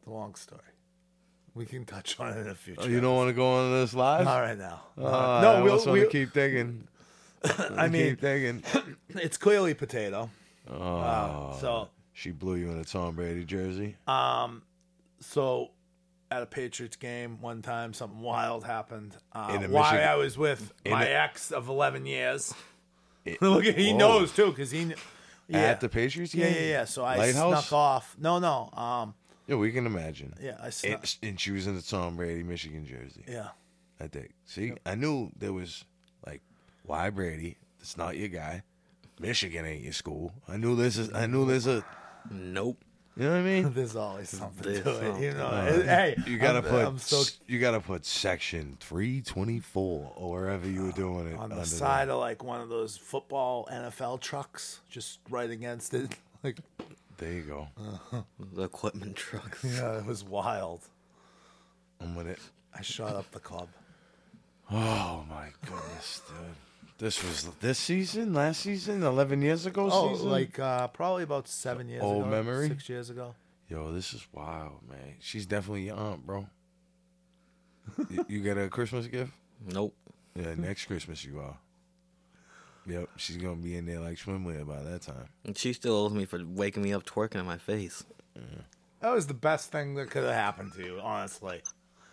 The long story. We can touch on it in the future.
Oh, you don't want to go on this live?
Not right now.
Oh,
Uh, no,
I
we'll-
just want
we'll-
to keep thinking.
I mean,
keep thinking.
it's clearly potato.
Oh,
Uh, so
she blew you in a Tom Brady jersey.
so at a Patriots game one time, something wild happened. Uh,
In a
why
Michigan-
I was with my
a-
ex of 11 years. Look, at- he knows too, because he. kn- Yeah.
At the Patriots game?
yeah, yeah, yeah. So I
Lighthouse?
snuck off. No, no. Um,
Yeah, we can imagine.
yeah, I snuck.
And, and she was in the Tom Brady Michigan jersey.
yeah,
I think. See, I knew there was like, why Brady? It's not your guy. Michigan ain't your school. I knew this is. I knew there's a.
Nope.
You know what I mean?
there's always something
There's
to it, you know. hey,
You gotta
I'm,
put.
I'm so
s- you gotta put section three twenty four or wherever you were doing it
Uh, on the
under
side of like one of those football NFL trucks, just right against it. Like,
There. There you go.
Uh.
The equipment trucks.
yeah, it was wild.
I'm with it.
I shot up the club.
Oh my goodness, dude. This was this season, last season, eleven years ago.
Oh,
season?
like uh, probably about seven years
old
ago.
memory?
Six years ago.
Yo, this is wild, man. She's definitely your aunt, bro. you, you get her a Christmas gift?
Nope.
Yeah, next Christmas you are. Yep, she's gonna be in there like swimwear by that time.
And she still owes me for waking me up twerking in my face.
That was the best thing that could have happened to you, honestly.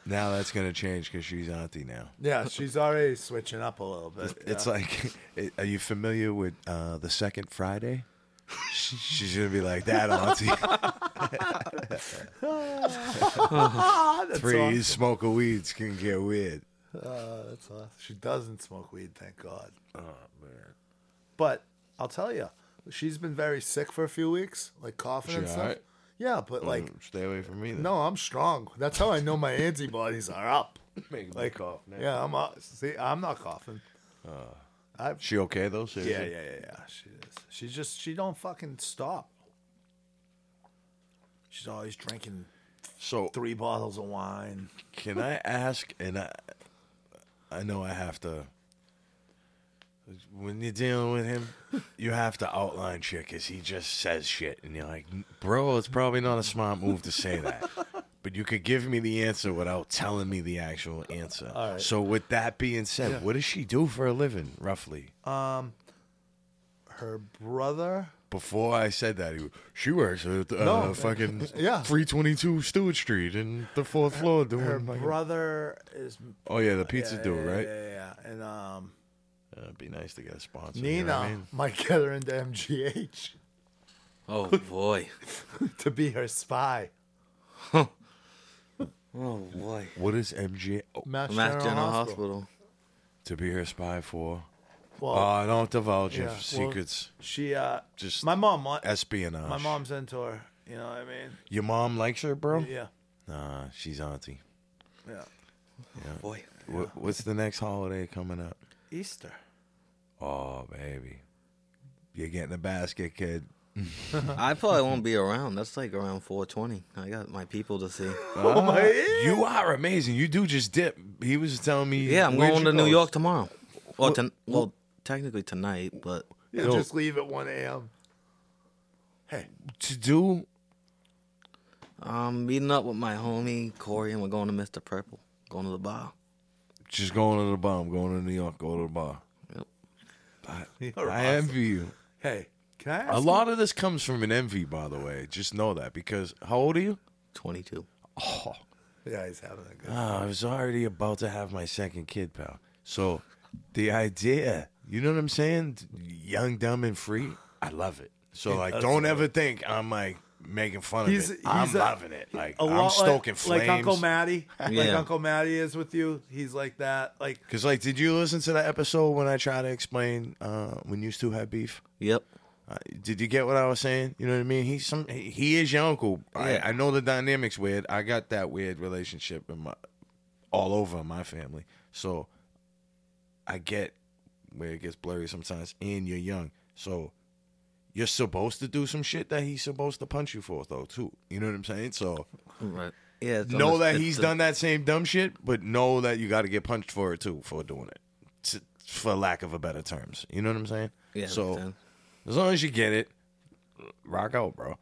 Now that's gonna change because she's auntie now.
Yeah, she's already switching up a little bit.
It's like, it- are you familiar with uh, the second Friday? She- She's gonna be like that, auntie.
ah, that's
Three
awesome.
smoke of weeds can get weird.
Uh, that's awesome. She doesn't smoke weed, thank God. Oh man. But I'll tell you, she's been very sick for a few weeks, like coughing
She
and stuff.
alright?
Yeah, but like,
Stay away from me. Then.
no, I'm strong. That's how I know my antibodies are up.
Make me
Like,
cough now.
yeah, I'm. Uh, see, I'm not coughing. I
She okay though?
Yeah,
Seriously?
yeah, yeah, yeah. She is. She just she don't fucking stop. She's always drinking
So
three bottles of wine.
Can I ask? And I, I know I have to. When you're dealing with him, you have to outline shit because he just says shit, and you're like, "Bro, it's probably not a smart move to say that." But you could give me the answer without telling me the actual answer.
right.
So, with that being said, what does she do for a living, roughly?
Her brother
Before I said that, he, she works at uh,
No.
fucking
Yeah.
322 Stewart Street and the fourth floor doing
Her
fucking-
brother is
Oh yeah, the pizza
yeah,
dude,
yeah,
right?
Yeah, yeah, yeah. and um,
Uh, it'd be nice to get a sponsor.
Nina
you know what I mean?
might get her into MGH
Oh boy.
to be her spy.
Oh boy.
What is MG oh,
Mass,
Mass
General,
General
Hospital.
Hospital.
to be her spy for?
Well,
Oh, don't divulge
yeah,
your
well,
secrets.
she uh,
Just
my mom. wa-
espionage.
My mom's into her. You know what I mean?
Your mom likes her, bro.
Yeah,
Nah, she's auntie.
yeah.
Boy.
What, what's the next holiday coming up?
Easter.
Oh, baby, you're getting a basket, kid.
I probably won't be around. That's like around 420. I got my people to see.
Oh my! You are amazing. You do just dip. He was telling me.
Yeah, I'm
where'd
going
you
to New
go?
York tomorrow. Well, ton- well, technically tonight, but
Yeah,
Yo.
just leave at one a.m.
to do.
I'm meeting up with my homie Corey, and we're going to Mr. Purple. Going to the bar.
Just going to the bar. I'm going to New York. Go to the bar.
Yep.
You're
I envy you.
Hey, can I ask?
A lot of this comes from an envy, by the way. Just know that because how old are you?
22.
Oh,
you- Yeah, he's having a good.
Uh, I was already about to have my second kid, pal. So the idea, you know what I'm saying? Young, dumb, and free. I love it. So like,
does
don't
love
ever think I'm like making fun of
He's-
it.
he's
I'm
a-
loving it. Like
A lot
I'm stoking
like,
flames.
like Uncle Matty. Like
Yeah.
Uncle Matty is with you. He's like that. Like
Cause like, did you listen to that episode when I tried to explain uh, when you two had beef?
Yep.
Uh, did you get what I was saying? You know what I mean? He's some. He he is your uncle.
Yeah.
I, I know the dynamics weird. I got that weird relationship in my all over in my family. So I get where it gets blurry sometimes. And you're young, so you're supposed to do some shit that he's supposed to punch you for, though. Too. You know what I'm saying? So
Right. Yeah. it's
know
under-
that
it's
he's
the-
done that same dumb shit, but know that you got to get punched for it too for doing it, t- for lack of a better terms. You know what I'm saying?
Yeah,
So
makes sense.
as long as you get it, rock out, bro.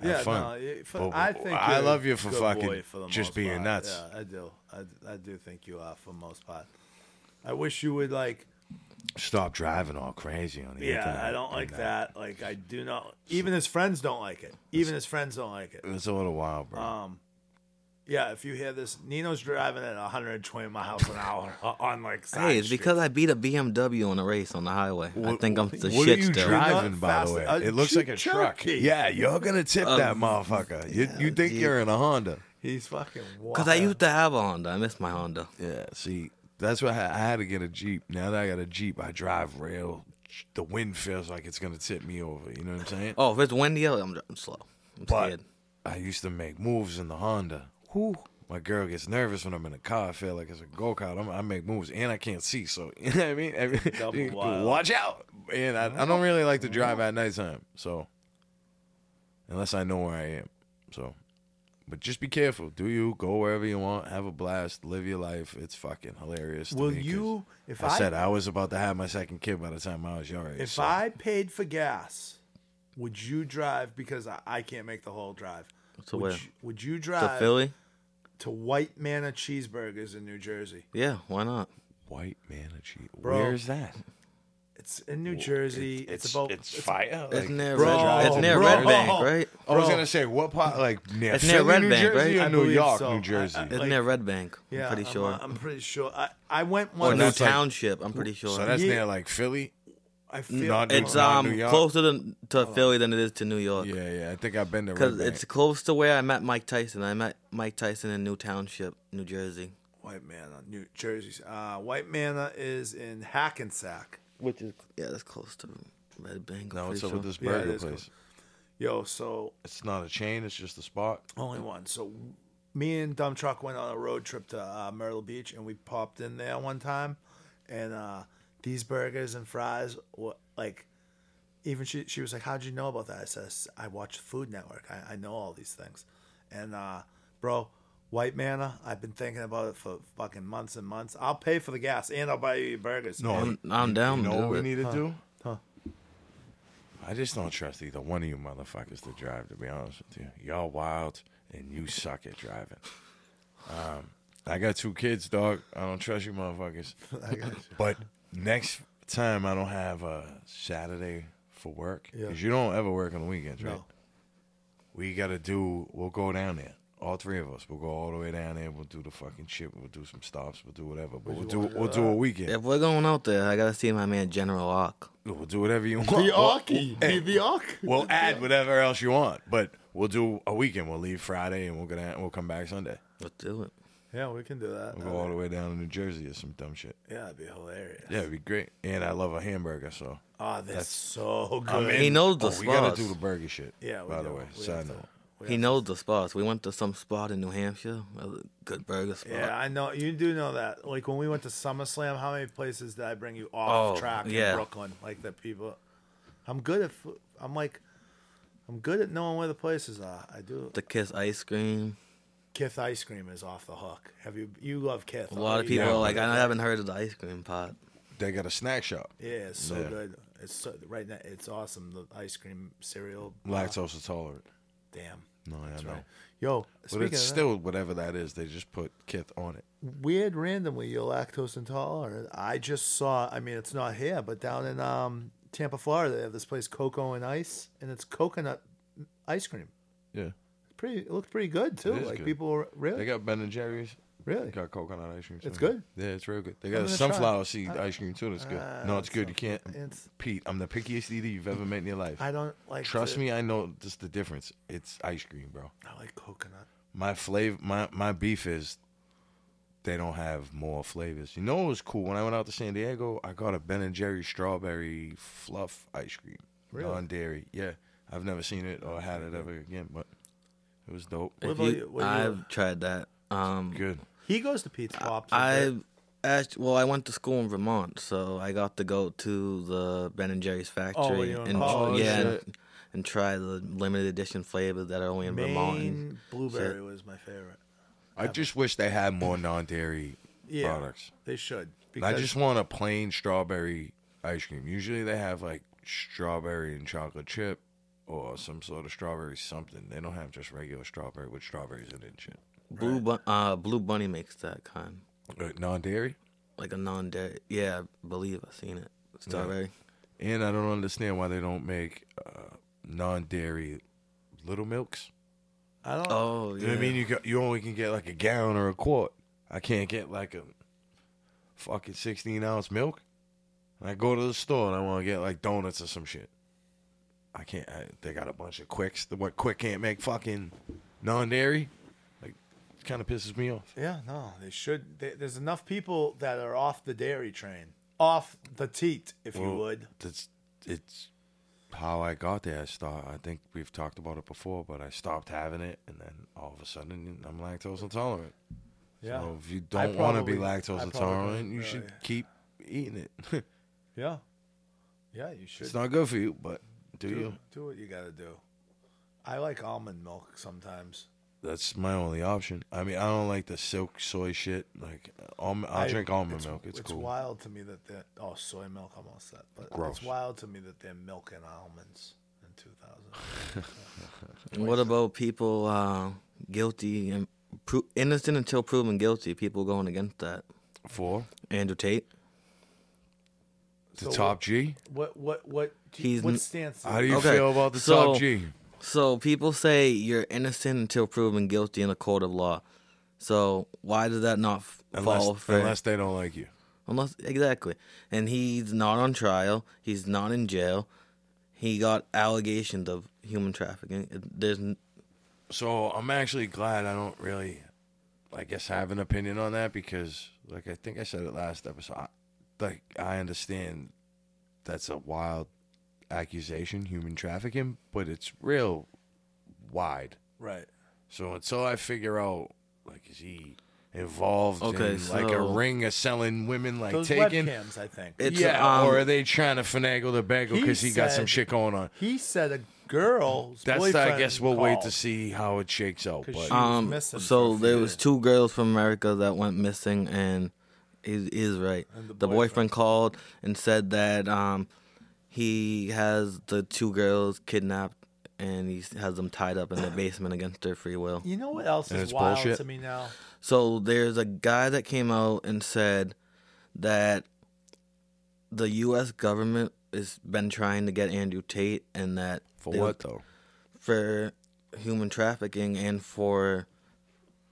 Have
yeah,
fun.
no, you- for-
But
I think
I
you're
love
a
you for
good
fucking
boy for the
just
most
being
part.
nuts.
Yeah, I do. I, I do think you are for the most part. I wish you would like.
Stop driving all crazy on the
Yeah,
internet.
I don't like
And, uh,
that. Like I do not. Even his friends don't like it. Even his friends don't like it. Um,
It's a little wild, bro.
Yeah, if you hear this, Nino's driving at 120 miles an hour o- on like. Side
Hey, it's because I beat a BMW in a race on the highway. I think I'm the
what
shit
are you
still.
drive-
driving,
Not
by the
fast-
way?
a
it looks
Jeep
like a truck.
Cherokee.
Yeah, you're gonna tip that motherfucker. You, you think
Um, Jeep.
you're in a Honda?
he's fucking.
Because I used to have a Honda. I miss my Honda.
Yeah, see, that's why I, I had to get a Jeep. Now that I got a Jeep, I drive rail. The wind feels like it's going to tip me over. You know what I'm saying?
Oh, if it's windy out, I'm, dri- I'm slow. I'm
but
scared.
I used to make moves in the Honda. Whew. My girl gets nervous when I'm in a car. I feel like it's a go kart. I'm- I make moves and I can't see. So, you know what I mean? I mean,
Double wild.
watch out. And I, I don't really like to drive at nighttime. So, unless I know where I am. So, but just be careful. Do you go wherever you want? Have a blast. Live your life. It's fucking hilarious. to
Will
me 'cause
you? If
I,
I,
said I was about to have my second kid by the time I was your age.
if
so-
I paid for gas, would you drive? Because I, I can't make the whole drive.
To
would
where?
You, would you
To
drive
Philly?
to White Manor Cheeseburgers in New Jersey?
Yeah, why not?
white manatee,
Bro.
where's that?
It's in New Jersey. It's, about.
it's fire.
It's near,
Bro,
Red, it's near
bro.
Red Bank, right?
I was gonna say what part, like near,
It's near
Philly,
Red
New
Bank,
Jersey
right?
or
I
New
believe
York,
so.
New Jersey.
I- I-
It's
Like-
near Red Bank.
yeah,
I'm pretty
I'm-
sure.
I'm, pretty sure. I, I went
or
once.
New
that's like-
Township. I'm pretty sure.
so that's
Yeah.
near like Philly.
I feel
Not
it's
Not
um
New York. Oh.
closer to, to Philly than it is to New York.
Yeah, yeah. I think I've been to Red
Because
Bank.
it's close to where I met Mike Tyson. I met Mike Tyson in New Township, New Jersey.
White Manor, New Jersey. Uh, White Manor is in Hackensack.
Which is yeah, that's close to Red Bank.
no,
I'm
what's
pretty
up with this
Yeah, it
burger
is
place?
close. Yo, so
It's not a chain. It's just a spot.
Oh,
only one. So me and Dumb Truck went on a road trip to uh, Myrtle Beach, and we popped in there one time, and uh, these burgers and fries were like. Even she, she was like, "How'd you know about that?" I says, "I watch Food Network. I, I know all these things." And uh, bro, White Manor, I've been thinking about it for fucking months and months. I'll pay for the gas and I'll buy you your burgers.
No,
I'm, I'm down.
You know what
to do
we
it.
need to do?
Huh.
I just don't trust either one of you motherfuckers to drive. To be honest with you, y'all wild and you suck at driving. Um, I got two kids, dog. I don't trust you, motherfuckers.
I got you.
But next time I don't have a Saturday, for work
Yeah.
because you don't ever work on the weekends, right?
No.
We gotta do. We'll go down there. All three of us. We'll go all the way down there. We'll do the fucking shit. We'll do some stops. We'll do whatever. But we'll do. We'll do
uh,
a weekend.
If we're going out there, I gotta see my man General Ock.
We'll do whatever you want.
The
We'll-
Arky.
hey,
The, the Ark.
we'll add whatever else you want, but we'll do a weekend. We'll leave Friday and we'll go down. We'll come back Sunday.
Let's do it.
Yeah, we can do that.
We'll go all the way down to New Jersey or some dumb shit.
Yeah, that'd be hilarious.
Yeah, it'd be great. And I love a hamburger, so
Oh, that's, so good.
I mean,
He knows the
oh, We gotta
spots.
do the burger shit.
yeah, we
by
do.
the way,
We
side
have to-
note.
we
He
have-
knows the spots. We went to some spot in New Hampshire, a good burger spot.
Yeah, I know. You do know that. Like when we went to SummerSlam, how many places did I bring you off
Oh,
track
yeah.
in Brooklyn? Like that people. I'm good at. fo- I'm like. I'm good at knowing where the places are. I do.
The Kiss ice cream.
Kith ice cream is off the hook. Have you? You love Kith.
A lot of people are like, I haven't heard of the ice cream pot.
They got a snack shop.
Yeah, it's so
Yeah.
good. It's so, right now. It's awesome. The ice cream cereal.
Lactose intolerant.
Damn.
No, I know.
Yo,
But
speaking
it's
of that-
still whatever that is. They just put Kith on it.
weird randomly you're lactose intolerant. I just saw I mean it's not here, but down in um Tampa, Florida, they have this place Cocoa and Ice and it's coconut ice cream.
Yeah,
Pretty it looked pretty good too.
It is
Like
good.
people were
they
really
got Ben and Jerry's. They
really
got coconut ice cream.
It's
too.
good?
Yeah, it's real good. They
I'm
got a
gonna try it.
sunflower seed ice cream too. That's good.
Uh,
no, it's
it's
good.
a-
You can't.
it's-
Pete, I'm the pickiest eater you've ever met in your life.
I don't like
Trust
to-
me, I know just the difference. It's ice cream, bro.
I like coconut.
My flavor, my my beef is they don't have more flavors. You know what was cool when I went out to San Diego? I got a Ben and Jerry's strawberry fluff ice cream,
Really?
non-dairy. Yeah, I've never seen it or had it ever again, but it was dope.
What
If
about
you-
you- what do you-
I've tried that. Um,
Good.
He goes to Pete's Pops. a
I
bit.
asked, well, I went to school in Vermont, so I got to go to the Ben and Jerry's
when
factory
you were in
and
college.
yeah,
shit.
and, and try the limited edition flavors that are only in Vermont. and-
Maine blueberry
shit.
was my favorite.
I just wish they had more non-dairy
Yeah.
products.
They should.
I just want a plain strawberry ice cream. Usually they have like strawberry and chocolate chip or some sort of strawberry something. They don't have just regular strawberry with strawberries in it and shit.
Blue, Bu- uh, Blue Bunny makes that kind,
Uh, non-dairy?
like a non-dairy. Yeah, I believe I've seen it. Strawberry.
And I don't understand why they don't make uh, non-dairy little milks.
I don't
Oh,
You
yeah.
know what I mean? You got, you only can get like a gallon or a quart. I can't get like a fucking 16 ounce milk. And I go to the store and I want to get like donuts or some shit. I can't. I, they got a bunch of quicks. The what quick can't make fucking non dairy. Like, kind of pisses me off.
Yeah, no, they should. They, there's enough people that are off the dairy train, off the teat, if you
Well,
would.
That's it's how I got there. I start. I think we've talked about it before, but I stopped having it, and then all of a sudden I'm lactose intolerant.
Yeah,
So if you
I
don't want to be
probably-
lactose
I probably
intolerant,
don't Oh,
you
really.
should keep eating it.
yeah, yeah. You should
it's not good for you, but do
do,
you?
do what you got to do. I like almond milk sometimes.
That's my only option. I mean, I don't like the silk soy shit. Like, alm- I'll
I-
drink almond
it's-
milk. It's,
it's
cool.
wild to me that they're oh soy milk. I'm all set, but
Gross.
it's wild to me that they're milking almonds in 2000.
What about people uh, guilty and pro- innocent until proven guilty? People going against that.
Four.
Andrew Tate.
The
So
top G.
What what what? Do you,
He's
what
n-
stance?
How do you
Okay,
feel about the
so-
top G?
So people say you're innocent until proven guilty in a court of law. So why does that not f- fall
Unless,
for?
unless they don't like you.
unless exactly, and he's not on trial. He's not in jail. He got allegations of human trafficking. It- There's n-
So I'm actually glad I don't really, I guess, have an opinion on that because, like, I think I said it last episode. I, like, I understand that's a wild accusation, human trafficking, but it's real wide.
right.
So until I figure out, like, is he involved
Okay,
in like a
so-
ring of selling women, like
Those
taking?
webcams, I think.
it's
yeah,
um,
or are they trying to finagle the bagel
He
because he, got some
said-
shit going on?
he said a girl's
That's
boyfriend
I guess we'll wait to
called.
see how it shakes out.
'Cause
But
she- was missing for
Um, so
a few
there was
days.
two girls from America that went missing, and he is right.
And
the,
the
boyfriend. called and said that um, he has the two girls kidnapped, and he has them tied up in the basement against their free will.
You know what else
And
is
it's
wild
bullshit.
to me now?
So there's a guy that came out and said that the U.S. government has been trying to get Andrew Tate, and that
For
they-
what though?
For human trafficking and for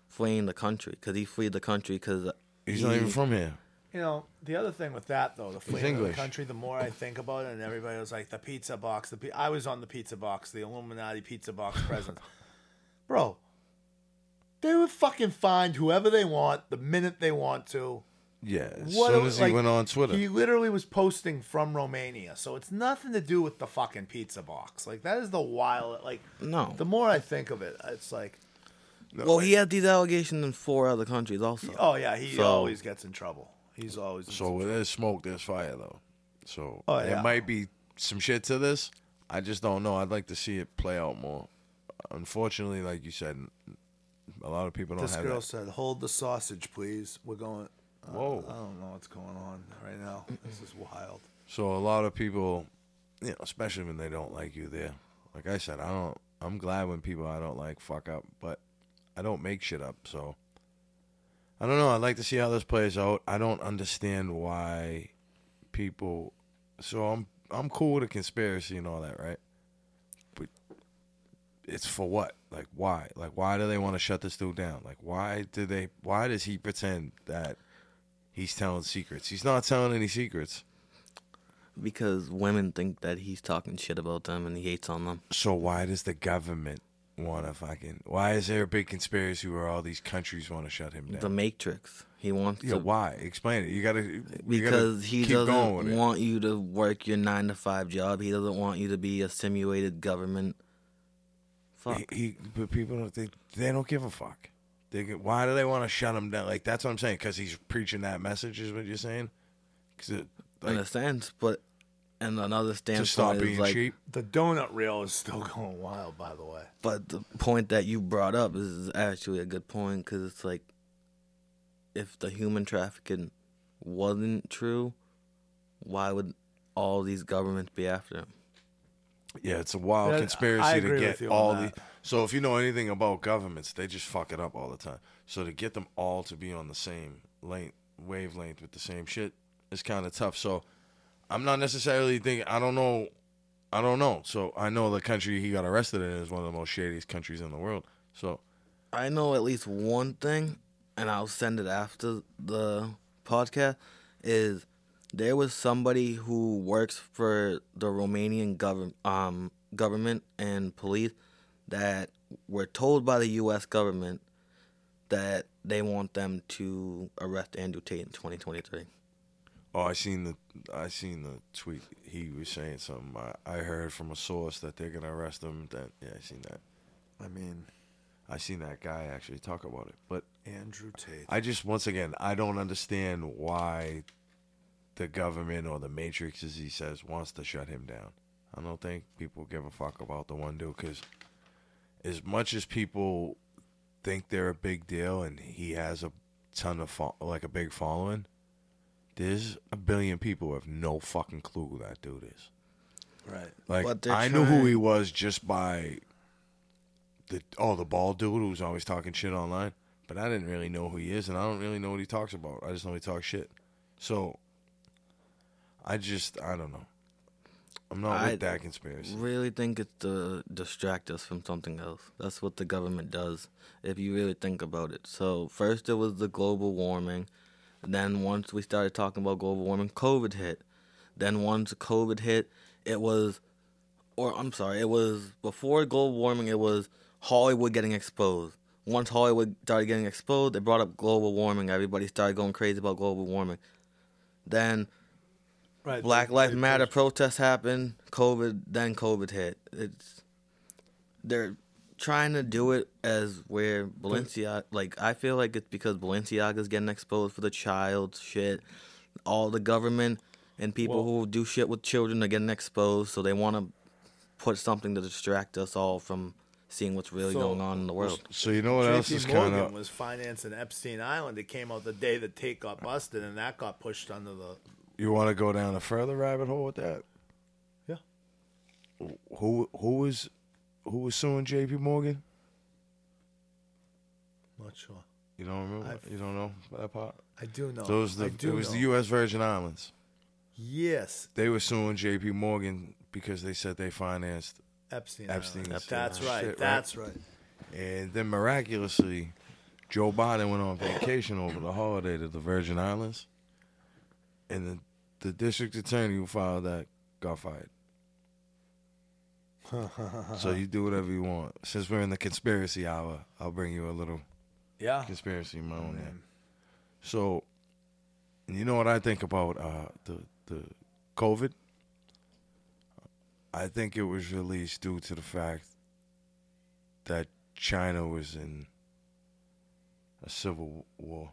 fleeing the country because he fled the country because
He's not even from here.
You know, the other thing with that though, the flavor of the
English.
country, the more I think about it, and everybody was like, the pizza box, the pi-" I was on the pizza box, the Illuminati pizza box presents. Bro, they would fucking find whoever they want the minute they want to.
Yeah. As
What
soon
a-
as
like,
he went on Twitter,
He literally was posting from Romania, so it's nothing to do with the fucking pizza box. Like that is the wild. Like
no.
the more I think of it, it's like,
well, he had these allegations in four other countries also.
oh yeah, he
So-
always gets in trouble. He's always in
so where there's smoke, there's fire though. So
Oh,
there
yeah.
might be some shit to this. I just don't know. I'd like to see it play out more. Unfortunately, like you said, a lot of people don't
This
have
girl
that.
said, "Hold the sausage, please. We're going." uh,
Whoa.
I don't know what's going on right now. This is wild.
So a lot of people, you know, especially when they don't like you there. Like I said, I don't. I'm glad when people I don't like fuck up, but I don't make shit up. So I don't know. I'd like to see how this plays out. I don't understand why people. So I'm I'm cool with a conspiracy and all that, right? But it's for what? Like why? Like why do they want to shut this dude down? Like why do they? Why does he pretend that he's telling secrets? He's not telling any secrets.
Because women think that he's talking shit about them and he hates on them.
So why does the government want to fucking? Why is there a big conspiracy where all these countries want to shut him
The
down?
Matrix. He wants
yeah,
to
why? Explain it. You gotta you gotta
because he
keep going with
doesn't
it.
want you to work your nine to five job. He doesn't want you to be a simulated government. Fuck.
He, he- but people don't. They, they don't give a fuck. They get, why do they want to shut him down? Like that's what I'm saying. Because he's preaching that message is what you're saying. 'Cause it, like,
in a sense, but and another
to
standpoint
stop
is
being
like,
cheap.
The donut reel is still going wild, by the way.
but the point that you brought up is actually a good point because it's like, if the human trafficking wasn't true, why would all these governments be after him?
Yeah, it's a wild
Yeah, I
conspiracy to
agree with
get
you on
all the.
that.
So if you know anything about governments, they just fuck it up all the time. So to get them all to be on the same length, wavelength with the same shit is kind of tough. So I'm not necessarily thinking. I don't know. I don't know. So I know the country he got arrested in is one of the most shadiest countries in the world. So
I know at least one thing, and I'll send it after the podcast. Is there was somebody who works for the Romanian government, um, government and police that were told by the U.S. government that they want them to arrest Andrew Tate in 2023.
Oh, I seen the I seen the tweet. He was saying something. I, I heard from a source that they're gonna arrest him. That yeah, I seen that.
I mean,
I seen that guy actually talk about it. But
Andrew Tate.
I just once again I don't understand why the government or the Matrix, as he says, wants to shut him down. I don't think people give a fuck about the one dude because as much as people think they're a big deal and he has a ton of fo- like a big following, there's a billion people who have no fucking clue who that dude is.
right.
Like
But they're
I knew who
trying-
he was just by the oh the bald dude who was always talking shit online, but I didn't really know who he is, and I don't really know what he talks about. I just know he talks shit. So I just I don't know. I'm not
I-
with that conspiracy.
Really think it's to distract us from something else. That's what the government does, if you really think about it. So first it was the global warming, then once we started talking about global warming, COVID hit. Then once COVID hit, it was, or I'm sorry, it was before global warming. It was Hollywood getting exposed. Once Hollywood started getting exposed, they brought up global warming. Everybody started going crazy about global warming. Then
Right.
Black
they-
Lives
they
Matter
pushed-
protests happened, COVID, then COVID hit. It's they're trying to do it as where Balenciaga like I feel like it's because Balenciaga's getting exposed for the child shit. All the government and people who do shit with children are getting exposed, so they want to put something to distract us all from seeing what's really
So-
going on in the world.
So you know what else
JP
is
Morgan
kind of
was financing Epstein Island. It came out the day that Tate got busted, and that got pushed under the.
you want to go down a further rabbit hole with that?
Yeah.
Who who was who was suing J.P. Morgan?
Not sure.
You don't remember?
I've-
you don't know that part?
I do know.
Those
I
the
do
it was
know.
the U.S. Virgin Islands.
Yes,
They were suing J.P. Morgan because they said they financed,
Epstein.
Epstein
Island.
is-
That's
Epstein
right.
Island. Shit, right?
That's right.
and then miraculously, Joe Biden went on vacation over the holiday to the Virgin Islands, and the the district attorney who filed that got fired. so you do whatever you want. Since we're in the conspiracy hour, I'll bring you a little
Yeah.
conspiracy
Oh,
in my own head. So, and you know what I think about uh, the the COVID? I think it was released due to the fact that China was in a civil war.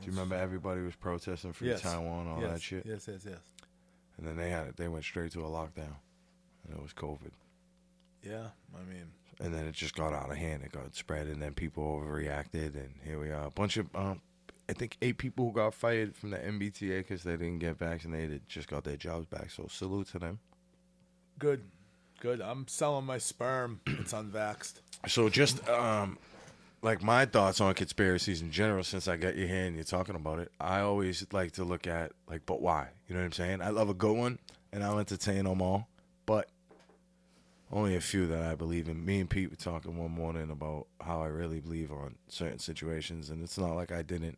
Do you remember everybody was protesting for
Yes.
Taiwan, all
yes.
that shit,
Yes, yes, yes.
and then they had it. They went straight to a lockdown, and it was COVID.
Yeah. I mean,
and then it just got out of hand. It got spread, and then people overreacted, and here we are. A bunch of, um, I think, eight people who got fired from the MBTA because they didn't get vaccinated just got their jobs back. So salute to them.
good. Good. I'm selling my sperm. It's unvaxxed.
So just um, like my thoughts on conspiracies in general, since I got you here and you're talking about it, I always like to look at like, but why? You know what I'm saying? I love a good one, and I'll entertain them all, but only a few that I believe in. Me and Pete were talking one morning about how I really believe on certain situations, and it's not like I didn't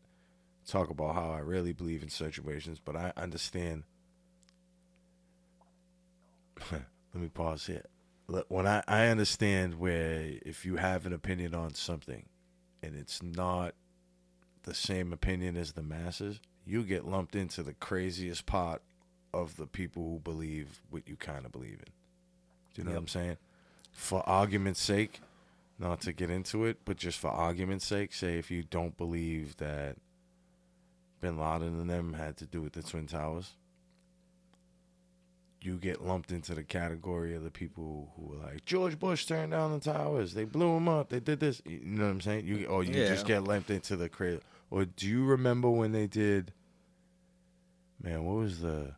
talk about how I really believe in situations, but I understand. Let me pause here. Look, When I, I understand where if you have an opinion on something and it's not the same opinion as the masses, you get lumped into the craziest pot of the people who believe what you kind of believe in. Do you know what I'm saying? For argument's sake, not to get into it, but just for argument's sake, say if you don't believe that Bin Laden and them had to do with the Twin Towers, you get lumped into the category of the people who were like George Bush turned down the towers, they blew him up, they did this. You know what I'm saying? You or you
Yeah.
just get lumped into the crazy. Or do you remember when they did? Man, what was the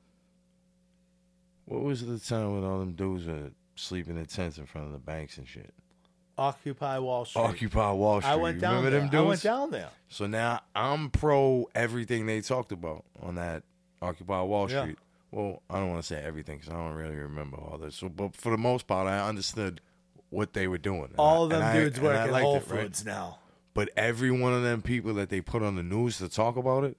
what was the time when all them dudes were sleeping in tents in front of the banks and shit?
Occupy Wall Street.
Occupy Wall Street.
I went
You
down
Remember
there.
them
I
dudes?
went down there.
So now I'm pro everything they talked about on that Occupy Wall
Yeah.
Street. Well, I don't want to say everything because I don't really remember all this. So, but for the most part, I understood what they were doing. And
All
I-
them
and I-
dudes
and I
work at
liked
Whole
it, right?
Foods now.
But every one of them people that they put on the news to talk about it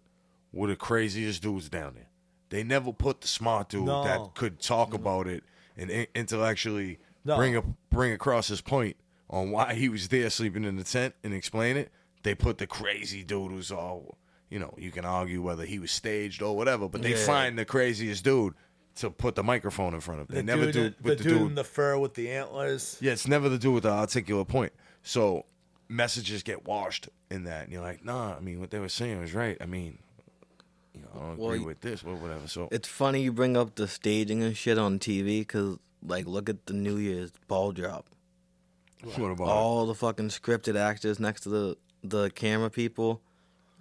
were the craziest dudes down there. They never put the smart dude
No.
that could talk about it and in- intellectually
No.
bring up bring across his point on why he was there sleeping in the tent and explain it. They put the crazy dude who's all you know. You can argue whether he was staged or whatever, but they
Yeah.
find the craziest dude to put the microphone in front of. They
The
never
dude,
do
the,
with
dude, in the fur with the antlers.
yeah, it's never to do with the articulate point. So messages get washed in that, and you're like, nah. I mean, what they were saying was right. I mean, you know, I don't
Well,
agree
you-
with this, or whatever. So
It's funny you bring up the staging and shit on TV because, like, look at the New Year's ball drop.
what about
All the fucking scripted actors next to the, the camera people,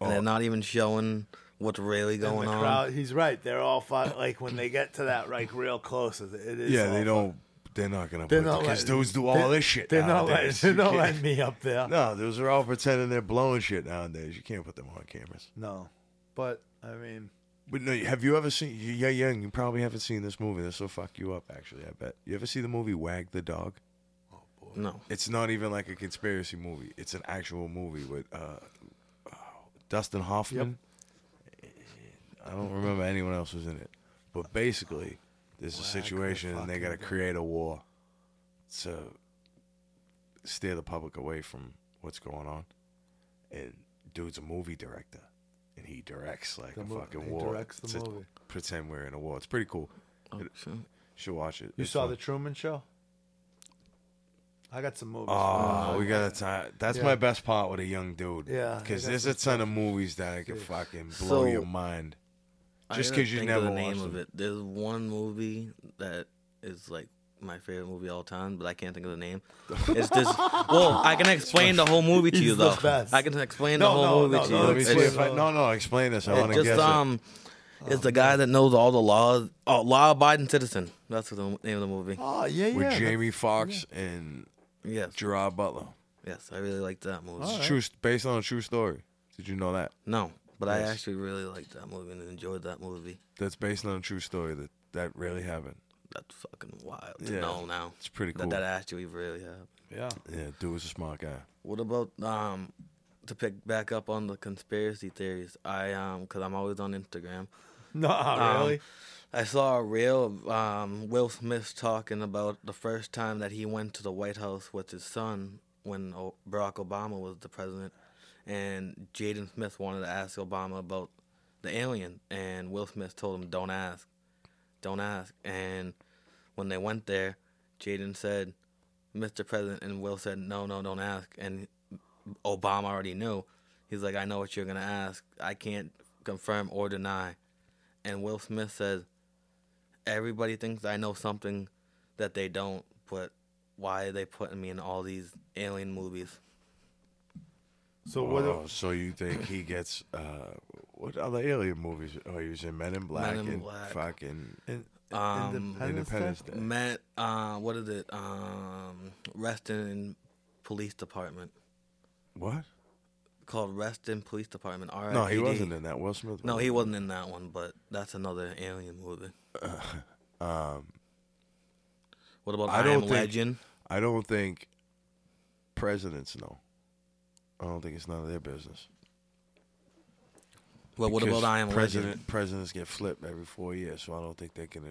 and
Oh.
they're not even showing what's really
And
going
the
on.
crowd, he's right. They're all fun. like when they get to that like real close. It it is.
Yeah, they
all-
don't. They're not gonna.
They're
put
not
because
letting-
dudes do all
they-
this shit.
They're not letting.
nowadays.
They're
You
not
can't-
letting me up there.
No, those are all pretending they're blowing shit nowadays. You can't put them on cameras.
No, but I mean,
But no, have you ever seen? Yeah, young. You probably haven't seen this movie. This will fuck you up. Actually, I bet. You ever see the movie Wag the Dog?
No.
it's not even like a conspiracy movie. It's an actual movie with uh, uh, Dustin Hoffman. I don't remember anyone else was in it, but basically, there's a situation and they got to create a war to steer the public away from what's going on. And dude's a movie director, and he directs like
The
a
mo-
fucking
he
war.
directs the
to
movie.
Pretend we're in a war. It's pretty cool.
Oh, shit.
You should watch it.
you
It's
saw
fun.
the Truman Show. I got some movies.
Oh, we gotta tie. That's
Yeah.
my best part with a young dude.
Yeah, I
because
got
there's a ton of movies that I could fucking blow
So-
your mind.
I
Just
gotta
'cause you
think of
never
the name
watched
of
them.
it. There's one movie that is like my favorite movie of all time, but I can't think of the name. It's this. Well, I can explain the whole movie to
He's
you
the
though.
best.
I can explain
No,
the whole
no,
movie
no,
to
no,
you.
Let me
It's- uh,
see
explain
if I, no, no, explain this. I want
it
to
just
guess it.
um, it's the guy that knows all the laws, oh, law-abiding citizen. That's the name of the movie.
Oh yeah, yeah.
with
that-
Jamie Foxx and
Yes,
Gerard Butler.
yes, I really liked that movie.
It's a true, based on a true story. Did you know that?
No, But I actually really liked that movie and enjoyed that movie.
That's based on a true story that that really happened.
That's fucking wild to
Yeah,
know now.
it's pretty cool.
That that actually really happened.
Yeah.
Yeah, dude was a smart guy.
What about um to pick back up on the conspiracy theories? I um cuz I'm always on Instagram.
Nah,
Um,
really?
I saw a reel of um, Will Smith talking about the first time that he went to the White House with his son when o- Barack Obama was the president, and Jaden Smith wanted to ask Obama about the alien, and Will Smith told him, "Don't ask, don't ask." And when they went there, Jaden said, "Mr. President," and Will said, "No, no, don't ask." And Obama already knew. He's like, "I know what you're gonna ask. I can't confirm or deny." And Will Smith says, everybody thinks I know something that they don't, but why are they putting me in all these alien movies?
So what?
Oh, so you think he gets uh, what other alien movies? Oh, he was in Men in Black
in
and
Black.
fucking
In,
Um,
Independence Day.
Matt, uh, what is it? Um, Reston Police Department
What?
called Reston Police Department. R.
No, he wasn't in that. Will Smith.
No,
was.
he wasn't in that one, but that's another alien movie.
Um,
What about
I
I,
don't
Am
think-
Legend?
I don't think presidents know. I don't think it's none of their business.
Well, what about
Because
I Am
president,
Legend?
Presidents get flipped every four years, so I don't think they can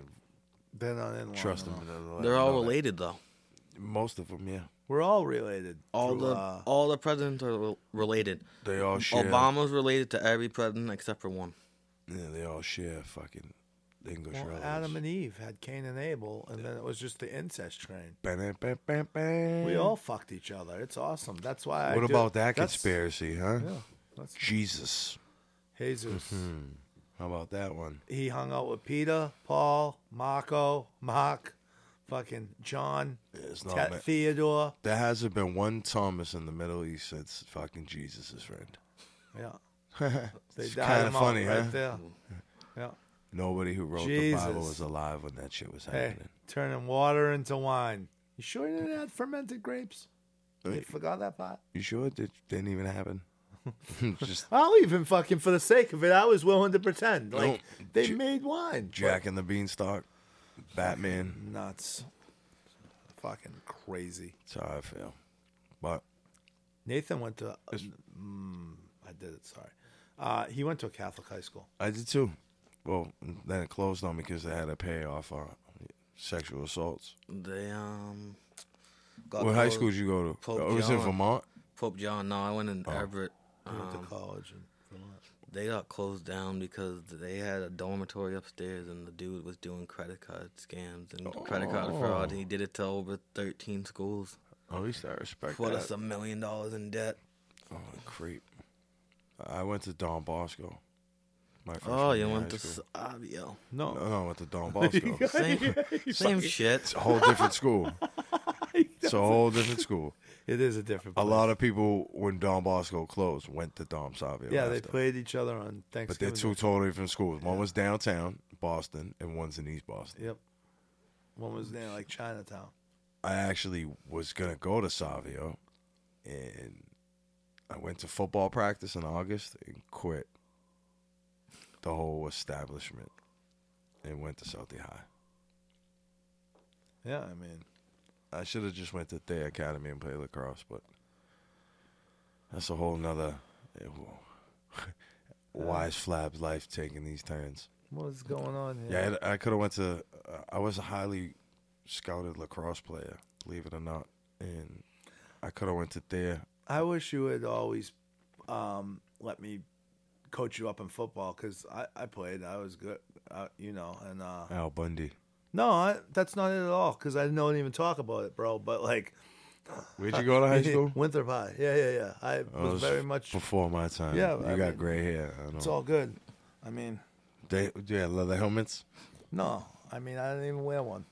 They're not in uh, line
trust them.
enough.
to let
They're
them
all
know that.
related though.
Most of them, yeah.
We're all related.
All
through,
the
uh,
all the presidents are re- related.
They all share.
Obama's related to every president except for one.
Yeah, they all share fucking English.
well, Adam and Eve had Cain and Abel, and then it was just the incest train.
and
We all fucked each other. It's awesome. That's why. I
What
do-
about that
that's-
conspiracy, huh?
Yeah, that's
Jesus.
Jesus.
Mm-hmm. How about that one?
He hung out with Peter, Paul, Marco, Mark, fucking John,
It's not
Ted-
ma-
Theodore.
There hasn't been one Thomas in the Middle East since fucking Jesus' is friend.
Yeah, they
It's
died
kinda
him out
funny,
right
huh?
there. Yeah.
Nobody who wrote the Bible
Jesus.
was alive when that shit was
Hey,
happening.
turning water into wine. You sure you didn't add fermented grapes? You
Hey.
forgot that part.
You sure it did, didn't even happen? Just
I'll even fucking for the sake of it, I was willing to pretend like
No,
they
J-
made wine.
Jack and the Beanstalk, Batman.
Nuts. Fucking crazy.
That's how I feel. But
Nathan went to. Mm, I did it. Sorry. Uh, he went to a Catholic high school.
I did too. Well, then it closed on me because they had to pay off uh, sexual assaults.
They um. Got
What high
closed.
school did you Oh. go to?
Pope
oh, it was in
John.
Vermont.
Pope John. No, I went in Everett.
He went
Um,
to college in Vermont.
they got closed down because they had a dormitory upstairs, and the dude was doing credit card scams and credit card
Oh.
fraud. And he did it to over thirteen schools.
At least I respect
Put
that.
us a million dollars in debt.
Oh, creep. I went to Don Bosco. My freshman
Oh,
year
you
in
went
high
to
school.
Savio.
No, no, I went to Don Bosco.
Same, same
it's
shit.
a whole different school. It's a whole different school.
It is a different.
A lot of people, when Don Bosco closed, went to Don Savio.
Yeah, they
after.
played each other on
But they're
Thanksgiving.
two totally different schools. One was downtown Boston, and one's in East Boston.
Yep. One was there like Chinatown.
I actually was gonna go to Savio, and I went to football practice in August and quit the whole establishment and went to Southie High.
Yeah, I mean,
I should have just went to Thayer Academy and played lacrosse, but that's a whole nother eh, whoa. wise flabs life taking these turns.
what's going on here?
Yeah, I, could have went to. Uh, I was a highly scouted lacrosse player, believe it or not, and I could have went to there.
I wish you would always um, let me coach you up in football because I, I played. I was good, uh, you know. And uh,
Al Bundy.
no, I, that's not it at all because I don't even talk about it, bro. But like
Where'd you go to high school?
Winthrop High, yeah, yeah, yeah. I
Oh, it
was very much.
before my time.
Yeah,
you
I
got
mean,
gray hair. I
It's
know.
all good. I mean,
They yeah, leather helmets.
no, I mean I didn't even wear one.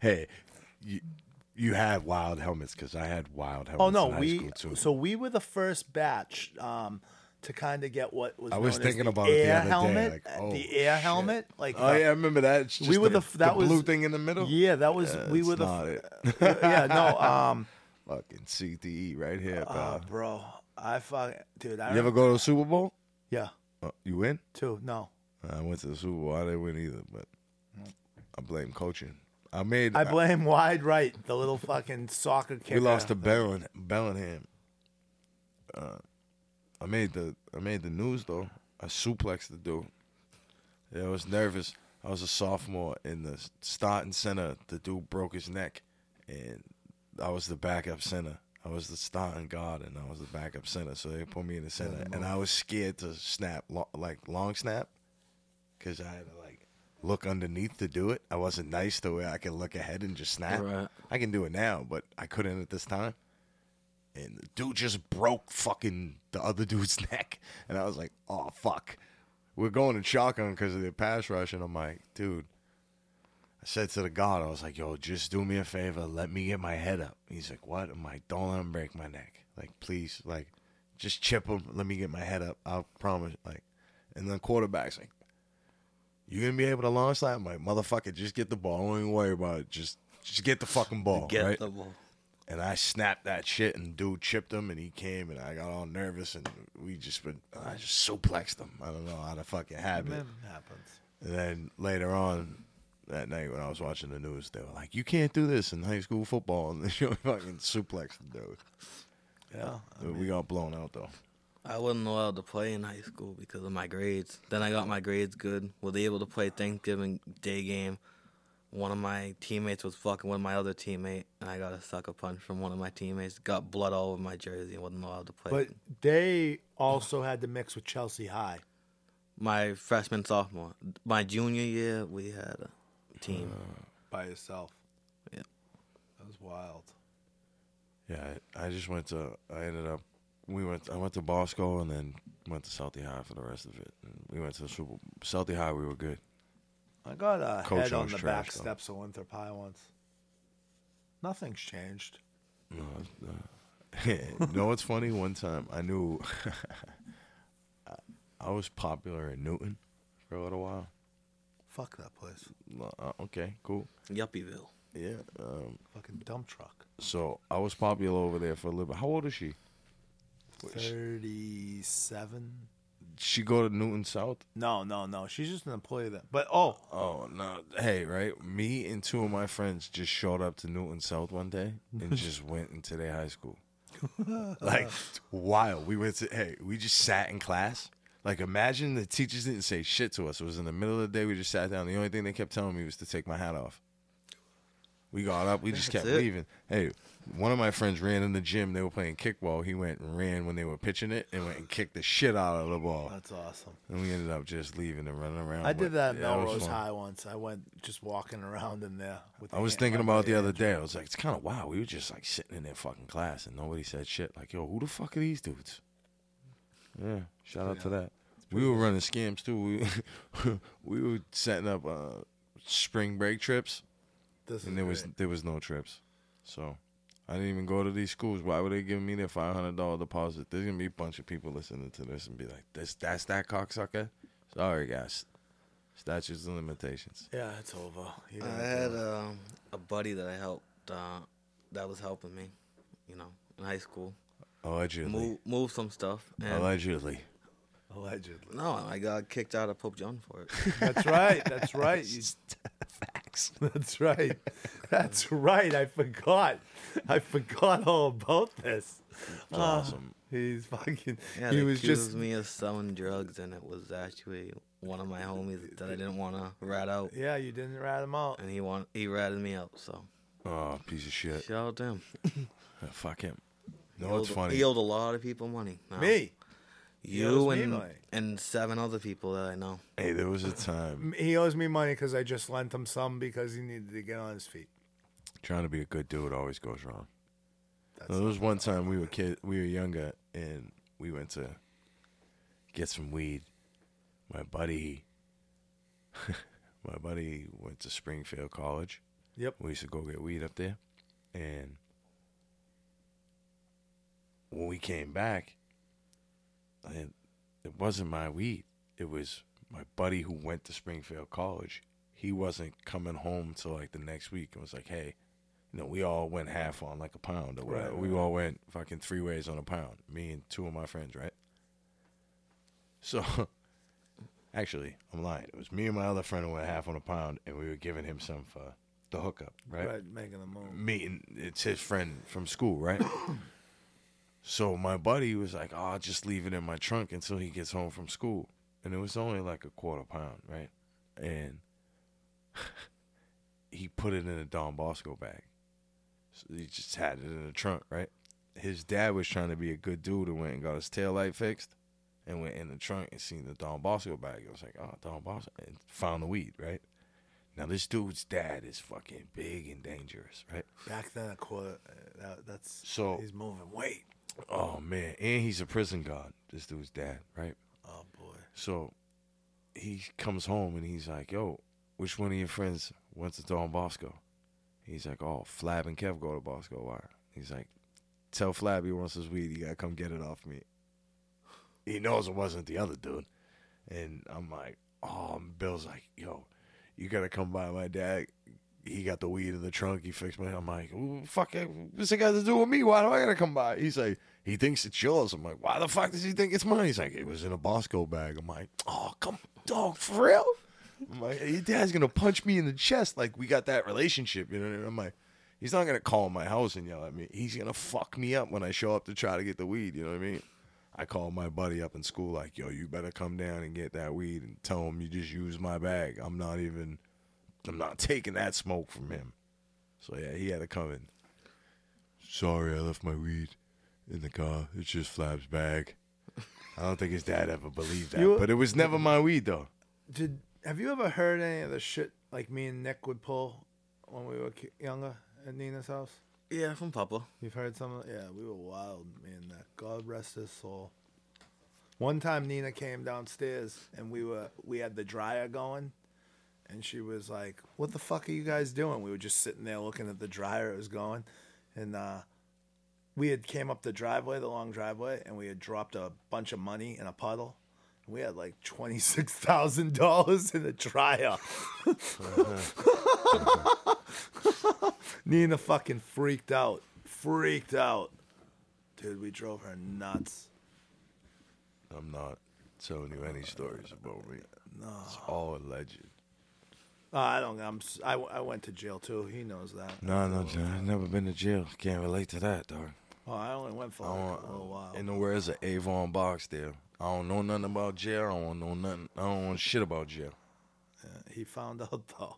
hey, you, you had wild helmets because I had wild helmets.
Oh no,
in high
we
school too.
so we were the first batch um, to kind of get what was.
I was
known as
thinking
the
about it the
air
other day,
helmet,
like,
uh,
oh,
the air
shit.
helmet, like
oh
the-
yeah, I remember that. It's just
we were
the,
the f- that was-
blue thing in the middle.
yeah, that was we were
That's
the
not it.
yeah no um
Fucking CTE E right here, pal.
oh, bro I fuck dude I
you ever
remember,
go to a Super Bowl?
Yeah,
Uh, you win?
two. No,
I went to the Super Bowl. I didn't win either, but I blame coaching. I made.
I blame wide right, the little fucking soccer kicker.
we lost to Bellin, Bellingham. Uh, I made the I made the news though. I suplexed the dude. Yeah, I was nervous. I was a sophomore in the starting center. The dude broke his neck, and I was the backup center. I was the starting guard, and I was the backup center. So they put me in the center, and I was scared to snap lo- like long snap, because I had to like look underneath to do it. I wasn't nice the way I could look ahead and just snap.
Right.
I can do it now, but I couldn't at this time. And the dude just broke fucking the other dude's neck. And I was like, oh, fuck. We're going in shotgun because of the pass rush. And I'm like, dude, I said to the guard, I was like, yo, just do me a favor. Let me get my head up. He's like, what? I'm like, don't let him break my neck. Like, please, like, just chip him. Let me get my head up. I promise. Like, and then quarterback's like, you gonna be able to launch that? I'm like, motherfucker, just get the ball. Don't even worry about it. Just, just get the fucking ball.
Get
right?
the ball.
and I snapped that shit, and dude chipped him, and he came, and I got all nervous, and we just been, I just suplexed him. I don't know how the fuck it happened.
Man, happens.
And then later on that night when I was watching the news, they were like, "You can't do this in high school football," and they showed fucking suplexed the dude.
Yeah,
we got blown out though.
I wasn't allowed to play in high school because of my grades. Then I got my grades good. Was able to play Thanksgiving Day game. One of my teammates was fucking with my other teammate, and I got a sucker punch from one of my teammates. Got blood all over my jersey. and wasn't allowed to play.
but they also had to mix with Chelsea High.
my freshman sophomore, my junior year, we had a team.
by yourself.
Yeah.
That was wild.
Yeah, I, I just went to. I ended up. We went. I went to Bosco and then went to Southie High for the rest of it. And we went to the Super Southie High. We were good.
I got a
Coach
head on
was
the
trash,
back
though.
steps of Winthrop High once. Nothing's changed.
No, it's not. no, it's funny. One time, I knew I, I was popular in Newton for a little while.
Fuck that place.
No, uh, Okay, cool.
Yuppieville.
Yeah. Um,
Fucking dump truck.
so I was popular over there for a little bit. How old is she?
Thirty-seven.
She go to Newton South.
No, no, no. She's just an employee of that. But oh,
Oh no! Hey, right? Me and two of my friends just showed up to Newton South one day and just went into their high school. like wild. We went to hey, we just sat in class. Like imagine the teachers didn't say shit to us. It was in the middle of the day. We just sat down. The only thing they kept telling me was to take my hat off. We got up. We just kept
it.
leaving. Hey, one of my friends ran in the gym. They were playing kickball. He went and ran when they were pitching it and went and kicked the shit out of the ball.
that's awesome.
And we ended up just leaving and running around.
I
but
did that at
yeah, it was
Melrose
fun.
High once. I went just walking around in there. With
I was
the-
thinking about it the other day. I was like, it's kind of wild. We were just like sitting in their fucking class and nobody said shit. Like, yo, who the fuck are these dudes? Yeah, shout out to that. We were running scams too. We we were setting up uh, spring break trips,
This is
and there was
great.
there was no trips, so I didn't even go to these schools. Why were they giving me their five hundred dollar deposit? There's gonna be a bunch of people listening to this and be like, this that's that cocksucker. Sorry guys, statutes and limitations.
yeah, it's over. You
I
don't
Uh,
had
do it.
um, a buddy that I helped uh, that was helping me, you know, in high school.
Allegedly,
Move, move some stuff. And
allegedly.
allegedly.
no, I got kicked out of Pope John for it.
That's right. That's right. You
uh, Facts.
That's right. That's right. I forgot. I forgot all about this. Ah,
awesome.
He's fucking.
Yeah,
he
they
was
accused
just.
me of selling drugs, and it was actually one of my homies that I didn't want to rat out,
Yeah, you didn't rat him out.
and he want he ratted me out. So
Oh, piece of shit.
shout out to him.
Yeah, fuck him. No,
He
it's
owed-
funny.
He owed a lot of people money. No,
Me.
you
owes me
and
money.
and seven other people that I know.
Hey, there was a time
He owes me money because I just lent him some because he needed to get on his feet.
trying to be a good dude always goes wrong. there was one time we were kid, we were younger, and we went to get some weed. My buddy, my buddy went to Springfield College.
Yep.
We used to go get weed up there, and when we came back, I, had- it wasn't my weed. It was my buddy who went to Springfield College. He wasn't coming home till like the next week, and was like, "Hey, you know, we all went half on like a pound or whatever. We all went fucking three ways on a pound. Me and two of my friends, right? So, actually, I'm lying. It was me and my other friend who went half on a pound, and we were giving him some for the hookup, right?
Right, making the move.
Meeting, it's his friend from school, right? so my buddy was like, "Oh, I'll just leave it in my trunk until he gets home from school," and it was only like a quarter pound, right? And he put it in a Don Bosco bag. So he just had it in the trunk, right? His dad was trying to be a good dude and went and got his tail light fixed and went in the trunk and seen the Don Bosco bag. I was like, oh, Don Bosco, and found the weed, right? Now, this dude's dad is fucking big and dangerous, right?
Back then, a quarter. uh, That, that's
So-
he's moving weight.
Oh, man. And he's a prison guard, this dude's dad, right?
Oh boy.
So he comes home and he's like, yo, which one of your friends went to Don Bosco? He's like, oh, Flab and Kev go to Bosco. Why? He's like, tell Flab he wants his weed. You got to come get it off me. He knows it wasn't the other dude. And I'm like, oh, and Bill's like, yo, you got to come by my dad. He got the weed in the trunk. He fixed my. I'm like, "Ooh, fuck it. What's it got to do with me? Why do I got to come by? He's like, he thinks it's yours. I'm like, why the fuck does he think it's mine? He's like, it was in a Bosco bag. I'm like, oh, come, dog, for real? I'm like, your dad's going to punch me in the chest. Like, we got that relationship. You know what I mean? I'm like, he's not going to call my house and yell at me. He's going to fuck me up when I show up to try to get the weed. You know what I mean? I called my buddy up in school, like, yo, you better come down and get that weed and tell him you just used my bag. I'm not even, I'm not taking that smoke from him. So yeah, he had to come in. Sorry, I left my weed in the car. It's just Flab's bag. I don't think his dad ever believed that,
You-
but it was never my weed though.
Did have you ever heard any of the shit like me and Nick would pull when we were ki- younger at Nina's house?
Yeah, from Papa.
You've heard some of yeah, we were wild, man. That God rest his soul. One time Nina came downstairs and we were we had the dryer going and she was like, What the fuck are you guys doing? We were just sitting there looking at the dryer, it was going and uh we had came up the driveway, the long driveway, and we had dropped a bunch of money in a puddle. and We had like twenty six thousand dollars in the dryer. Nina fucking freaked out. Freaked out. Dude, we drove her nuts.
I'm not telling you any stories about me. No, it's all alleged.
Uh, I don't. I'm. s- I, w- I went to jail too. He knows that.
No, no, I've never been to jail. Can't relate to that, dog.
Oh, I only went for
I
like
don't,
a little while.
In the words of Avon Boxdale, I don't know nothing about jail. I don't know nothing. I don't know shit about jail.
he found out though.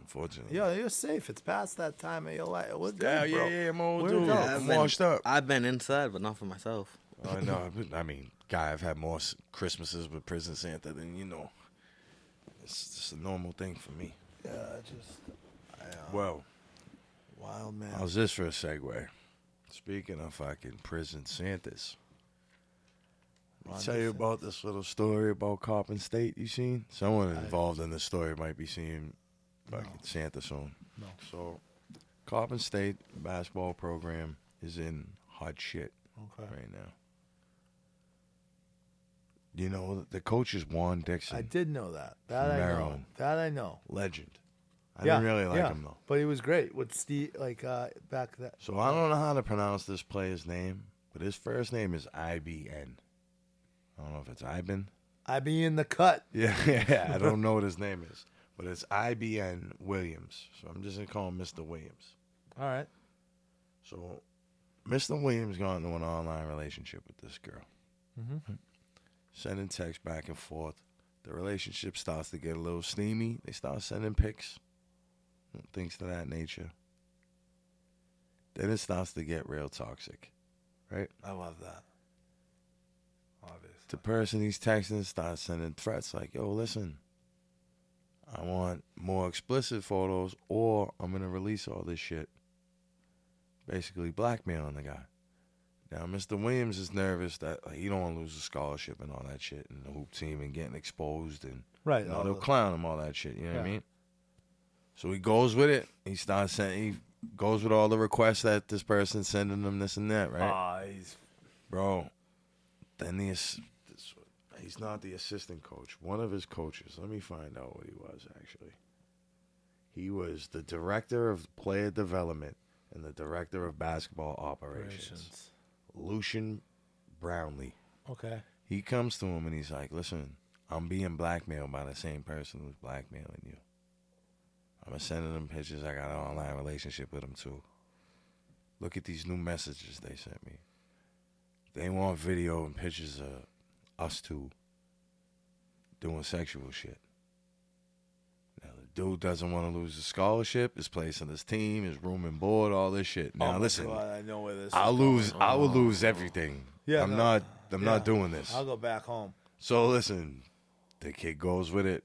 Unfortunately.
Yo, you're safe. It's past that time of your life. We're good,
Yeah,
bro.
yeah, yeah, I'm old
We're
dude.
adults.
I'm
I've been-
washed up.
I've been inside, but not for myself.
Uh, I know. but, I mean, guy, I've had more s- Christmases with prison Santa than you know. It's just a normal thing for me.
Yeah, just Oh,
Well,
wild man.
how's this for a segue? Speaking of fucking prison Santas, I'll tell you about this little story about Coppin State you seen. Someone involved in this story might be seeing fucking Santa soon. No. So, Coppin State basketball program is in hot shit
Okay.
right now. You know, the coach is Juan Dixon.
I did know that. That I know.
Maryland.
That I know.
Legend. I
yeah,
didn't really like
yeah.
him, though.
But he was great with Steve. Like uh, back that.
So, I don't know how to pronounce this player's name, but his first name is IBN. I don't know if it's Ibn.
I be in the cut.
Yeah, yeah. I don't know what his name is, but it's IBN Williams. So I'm just gonna call him Mr. Williams.
All right.
So Mr. Williams got into an online relationship with this girl. Sending texts back and forth. The relationship starts to get a little steamy. They start sending pics, things to that nature. Then it starts to get real toxic, right?
I love that. Obvious.
the person he's texting starts sending threats like, yo, listen, I want more explicit photos or I'm going to release all this shit. Basically blackmailing the guy. Now, Mr. Williams is nervous that like, he don't want to lose his scholarship and all that shit and the hoop team and getting exposed and
Right.
you know,
all
they'll
the-
clown him all that shit. You know what I
Yeah.
mean? So he goes with it. He starts sending. He goes with all the requests that this person's sending him this and that. Right?
Ah, he's
bro. Then the ass- this, he's not the assistant coach. One of his coaches. Let me find out what he was actually. He was the director of player development and the director of basketball operations. Lucian Brownlee.
Okay.
He comes to him and he's like, "Listen, I'm being blackmailed by the same person who's blackmailing you. I'm sending them pictures. I got an online relationship with them too. Look at these new messages they sent me. They want video and pictures of us two doing sexual shit. Now the dude doesn't want to lose his scholarship, his place on his team, his room and board, all this shit. Now
Oh my
listen,
God, I know where this.
I
is
lose. I will lose everything.
Yeah,
I'm
no.
not. I'm not
Yeah.
doing this.
I'll go back home.
So listen, the kid goes with it.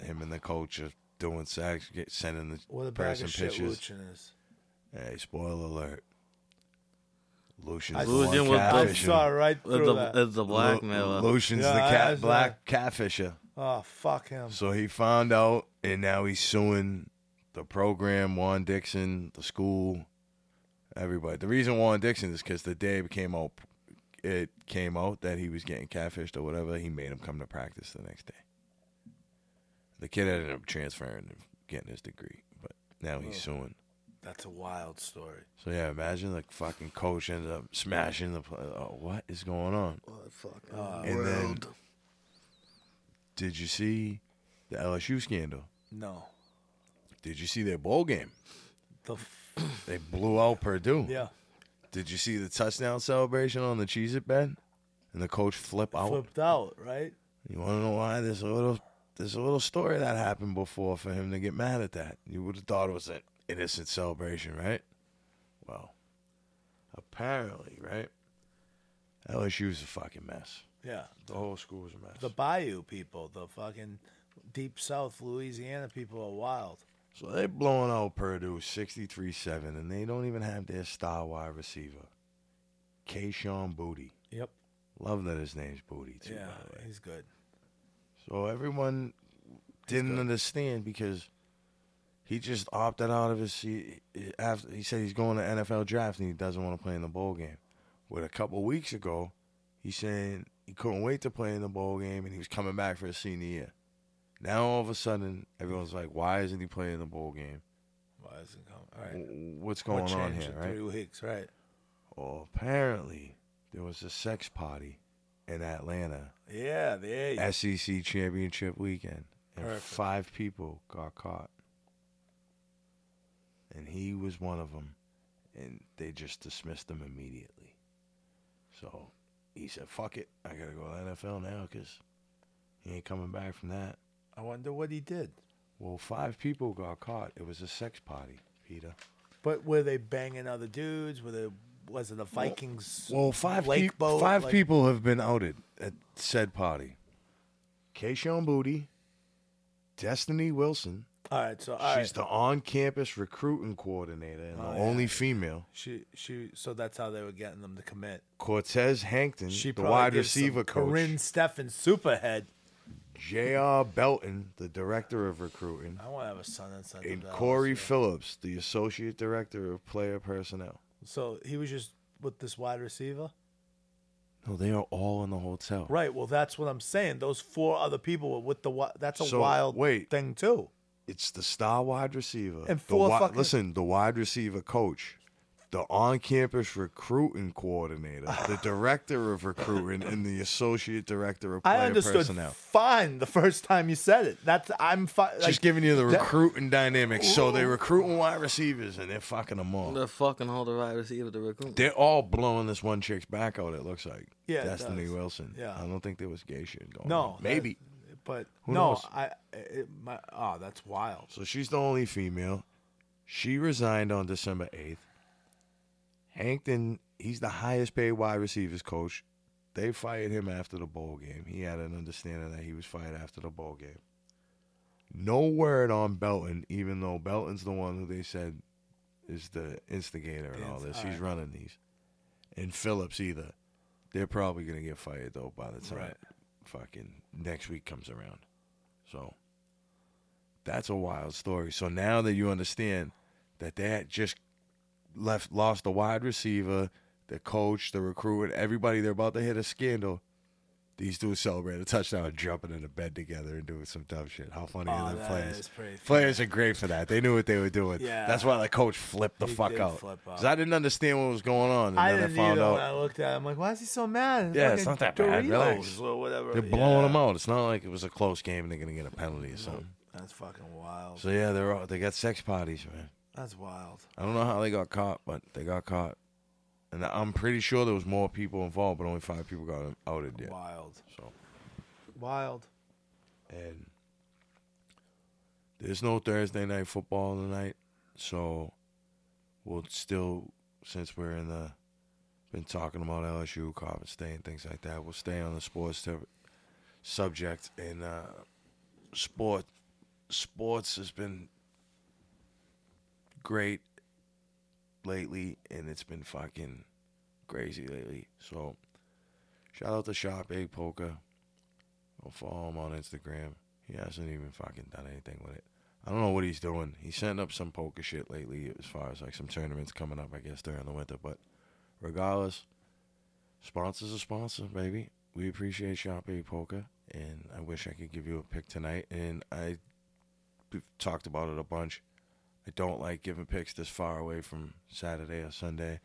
Him and the coach are doing sex, get, sending the
What a bag
person
of shit
pictures.
Luchin is.
Hey, spoiler alert. Lucian's
I-
the
Lucian
one
was the-
I
catfishing.
saw right
It's
through
the,
that.
it's the
Lu-
blackmailer.
Lucian's
Yeah,
the
I-
cat,
I saw
black catfisher.
Oh fuck him.
So he found out, and now he's suing the program, Juan Dixon, the school, everybody. The reason Juan Dixon is because the day it came out, it came out that he was getting catfished or whatever. He made him come to practice the next day. The kid ended up transferring and getting his degree, but now he's suing.
That's a wild story.
So yeah, imagine the fucking coach ended up smashing the. pla Oh, what is going on? and then-
world.
Did you see the LSU scandal?
No.
Did you see their bowl game?
The f-
They blew out Purdue.
yeah.
Did you see the touchdown celebration on the Cheez It bed? And the coach flip out.
Flipped out, right?
You wanna know why? There's a little there's a little story that happened before for him to get mad at that. You would have thought it was an innocent celebration, right? Well, apparently, right? LSU's a fucking mess.
Yeah.
The whole school's a mess.
The Bayou people, the fucking deep South Louisiana people are wild.
So they blowing out Purdue 63-7, and they don't even have their star wide receiver, Kayshawn Booty.
Yep.
Love that his name's Booty too.
Yeah,
by the way.
he's good.
So everyone didn't understand because he just opted out of his seat after he said he's going to NFL draft and he doesn't want to play in the bowl game. But a couple weeks ago, he saying he couldn't wait to play in the bowl game and he was coming back for his senior year. Now all of a sudden, everyone's like, "Why isn't he playing the bowl game?
Why is it coming? All right.
W- What's
What
going on
changed
here?"
in
Right?
Three weeks, right?
Well, apparently there was a sex party in Atlanta
Yeah, the eight.
SEC E championship weekend, and
Perfect.
five people got caught, and he was one of them, and they just dismissed him immediately. So he said, "Fuck it, I gotta go to the NFL now because he ain't coming back from that."
I wonder what he did.
Well, five people got caught. It was a sex party, Peter.
But were they banging other dudes? Were they? Was it a Vikings?
Well, five
lake
peop-
boat?
five
Like,
people have been outed at said party. Kayshawn Booty, Destiny Wilson.
All right, so all right.
She's the on-campus recruiting coordinator and
Oh,
the
yeah.
only female.
She she. So that's how they were getting them to commit.
Cortez Hankton,
She
the
probably
wide
gives some
receiver coach.
Corinne Steffen Superhead.
J.R. Belton, the director of recruiting.
I want to have a son and son.
And Corey Phillips, the associate director of player personnel.
So he was just with this wide receiver.
No, they are all in the hotel.
Right. Well, that's what I'm saying. Those four other people were with the. wi- That's a
So,
wild
wait.
thing too.
It's the star wide receiver.
And
the
four
wi-
fucking-
Listen, the wide receiver coach, the on campus recruiting coordinator, the director of recruiting, and the associate director of player
I understood
personnel.
fine the first time you said it. That's I'm fine.
Just giving you the recruiting dynamics. So they're recruiting wide receivers and they're fucking them all.
The fucking hold the right receiver to recruit.
They're all blowing this one chick's back out, it looks like.
Yeah, it
Destiny
does.
Wilson.
Yeah.
I don't think there was gay shit going on.
no, that-
Maybe.
but
Who
no,
knows?
I. It, my, oh, that's wild.
So she's the only female. She resigned on December 8th. Hankton, he's the highest paid wide receivers coach. They fired him after the bowl game. He had an understanding that he was fired after the bowl game. No word on Belton, even though Belton's the one who they said is the instigator and all
Ins-
this.
all
He's
right.
running these. And Phillips either. They're probably going to get fired, though, by the time
Right.
fucking next week comes around. So that's a wild story. So now that you understand that they had just left, lost the wide receiver, the coach, the recruit, everybody, they're about to hit a scandal. These dudes celebrate a touchdown and jumping into bed together and doing some dumb shit. How funny
Oh,
are the
that
players?
is pretty funny.
Players are great for that. They knew what they were doing.
Yeah.
That's why the coach flipped the
He
fuck
did
out.
flip out.
'Cause I didn't understand what was going on. And
I
then
didn't
I found
either
out.
when I looked at it. I'm like, why is he so mad?
Yeah, it's
Fucking
not that bad.
Doritos
Relax.
Or whatever.
They're blowing
Yeah.
them out. It's not like it was a close game and they're gonna get a penalty or something.
That's fucking wild.
So yeah, they're all, they got sex parties, man.
That's wild.
I don't know how they got caught, but they got caught, and I'm pretty sure there was more people involved, but only five people got outed yet.
Wild.
So
Wild.
and there's no Thursday night football tonight, so we'll still since we're in the been talking about LSU, Carbon State, and things like that. We'll stay on the sports tip- subject and uh, sport. Sports has been great lately, and it's been fucking crazy lately. So, shout out to Shop Egg Poker. I'll follow him on Instagram. He hasn't even fucking done anything with it. I don't know what he's doing. He's setting up some poker shit lately as far as like some tournaments coming up, I guess, during the winter. But regardless, sponsors a sponsor, baby. We appreciate Shop A Poker. And I wish I could give you a pick tonight. And I we've talked about it a bunch. I don't like giving picks this far away from Saturday or Sunday.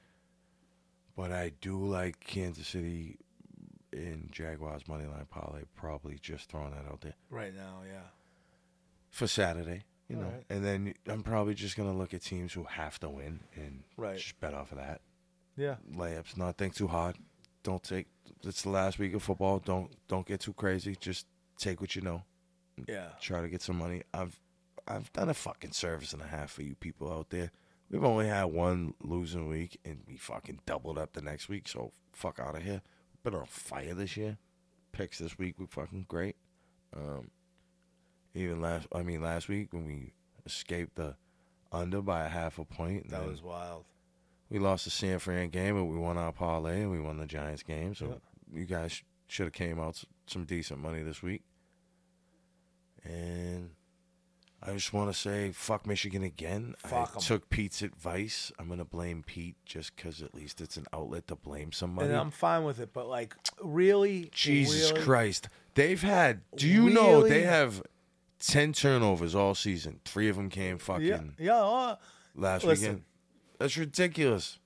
But I do like Kansas City in Jaguars money line parlay. Probably just throwing that out there
Right now, yeah.
for Saturday. You know,
Alright.
and then I'm probably just gonna look at teams who have to win and
Right.
just bet off of that
Yeah.
layups. Not think too hard. Don't take. It's the last week of football. Don't don't get too crazy. Just take what you know.
Yeah.
Try to get some money. I've I've done a fucking service and a half for you people out there. We've only had one losing week, and we fucking doubled up the next week. So fuck out of here. Been on fire this year. Picks this week were fucking great. Um, even last, I mean last week when we escaped the under by a half a point. and
That
then-
was wild.
we lost the San Fran game, but we won our parlay and we won the Giants game. So you guys sh- should have came out s- some decent money this week. And I just want to say, fuck Michigan again.
Fuck
I
'em.
took Pete's advice. I'm gonna blame Pete just because at least it's an outlet to blame somebody.
And I'm fine with it, but like, really,
Jesus
really?
Christ, they've had. Do you know
Really?
they have ten turnovers all season? Three of them came fucking
Yeah, yeah. uh,
last
Listen.
weekend. That's ridiculous.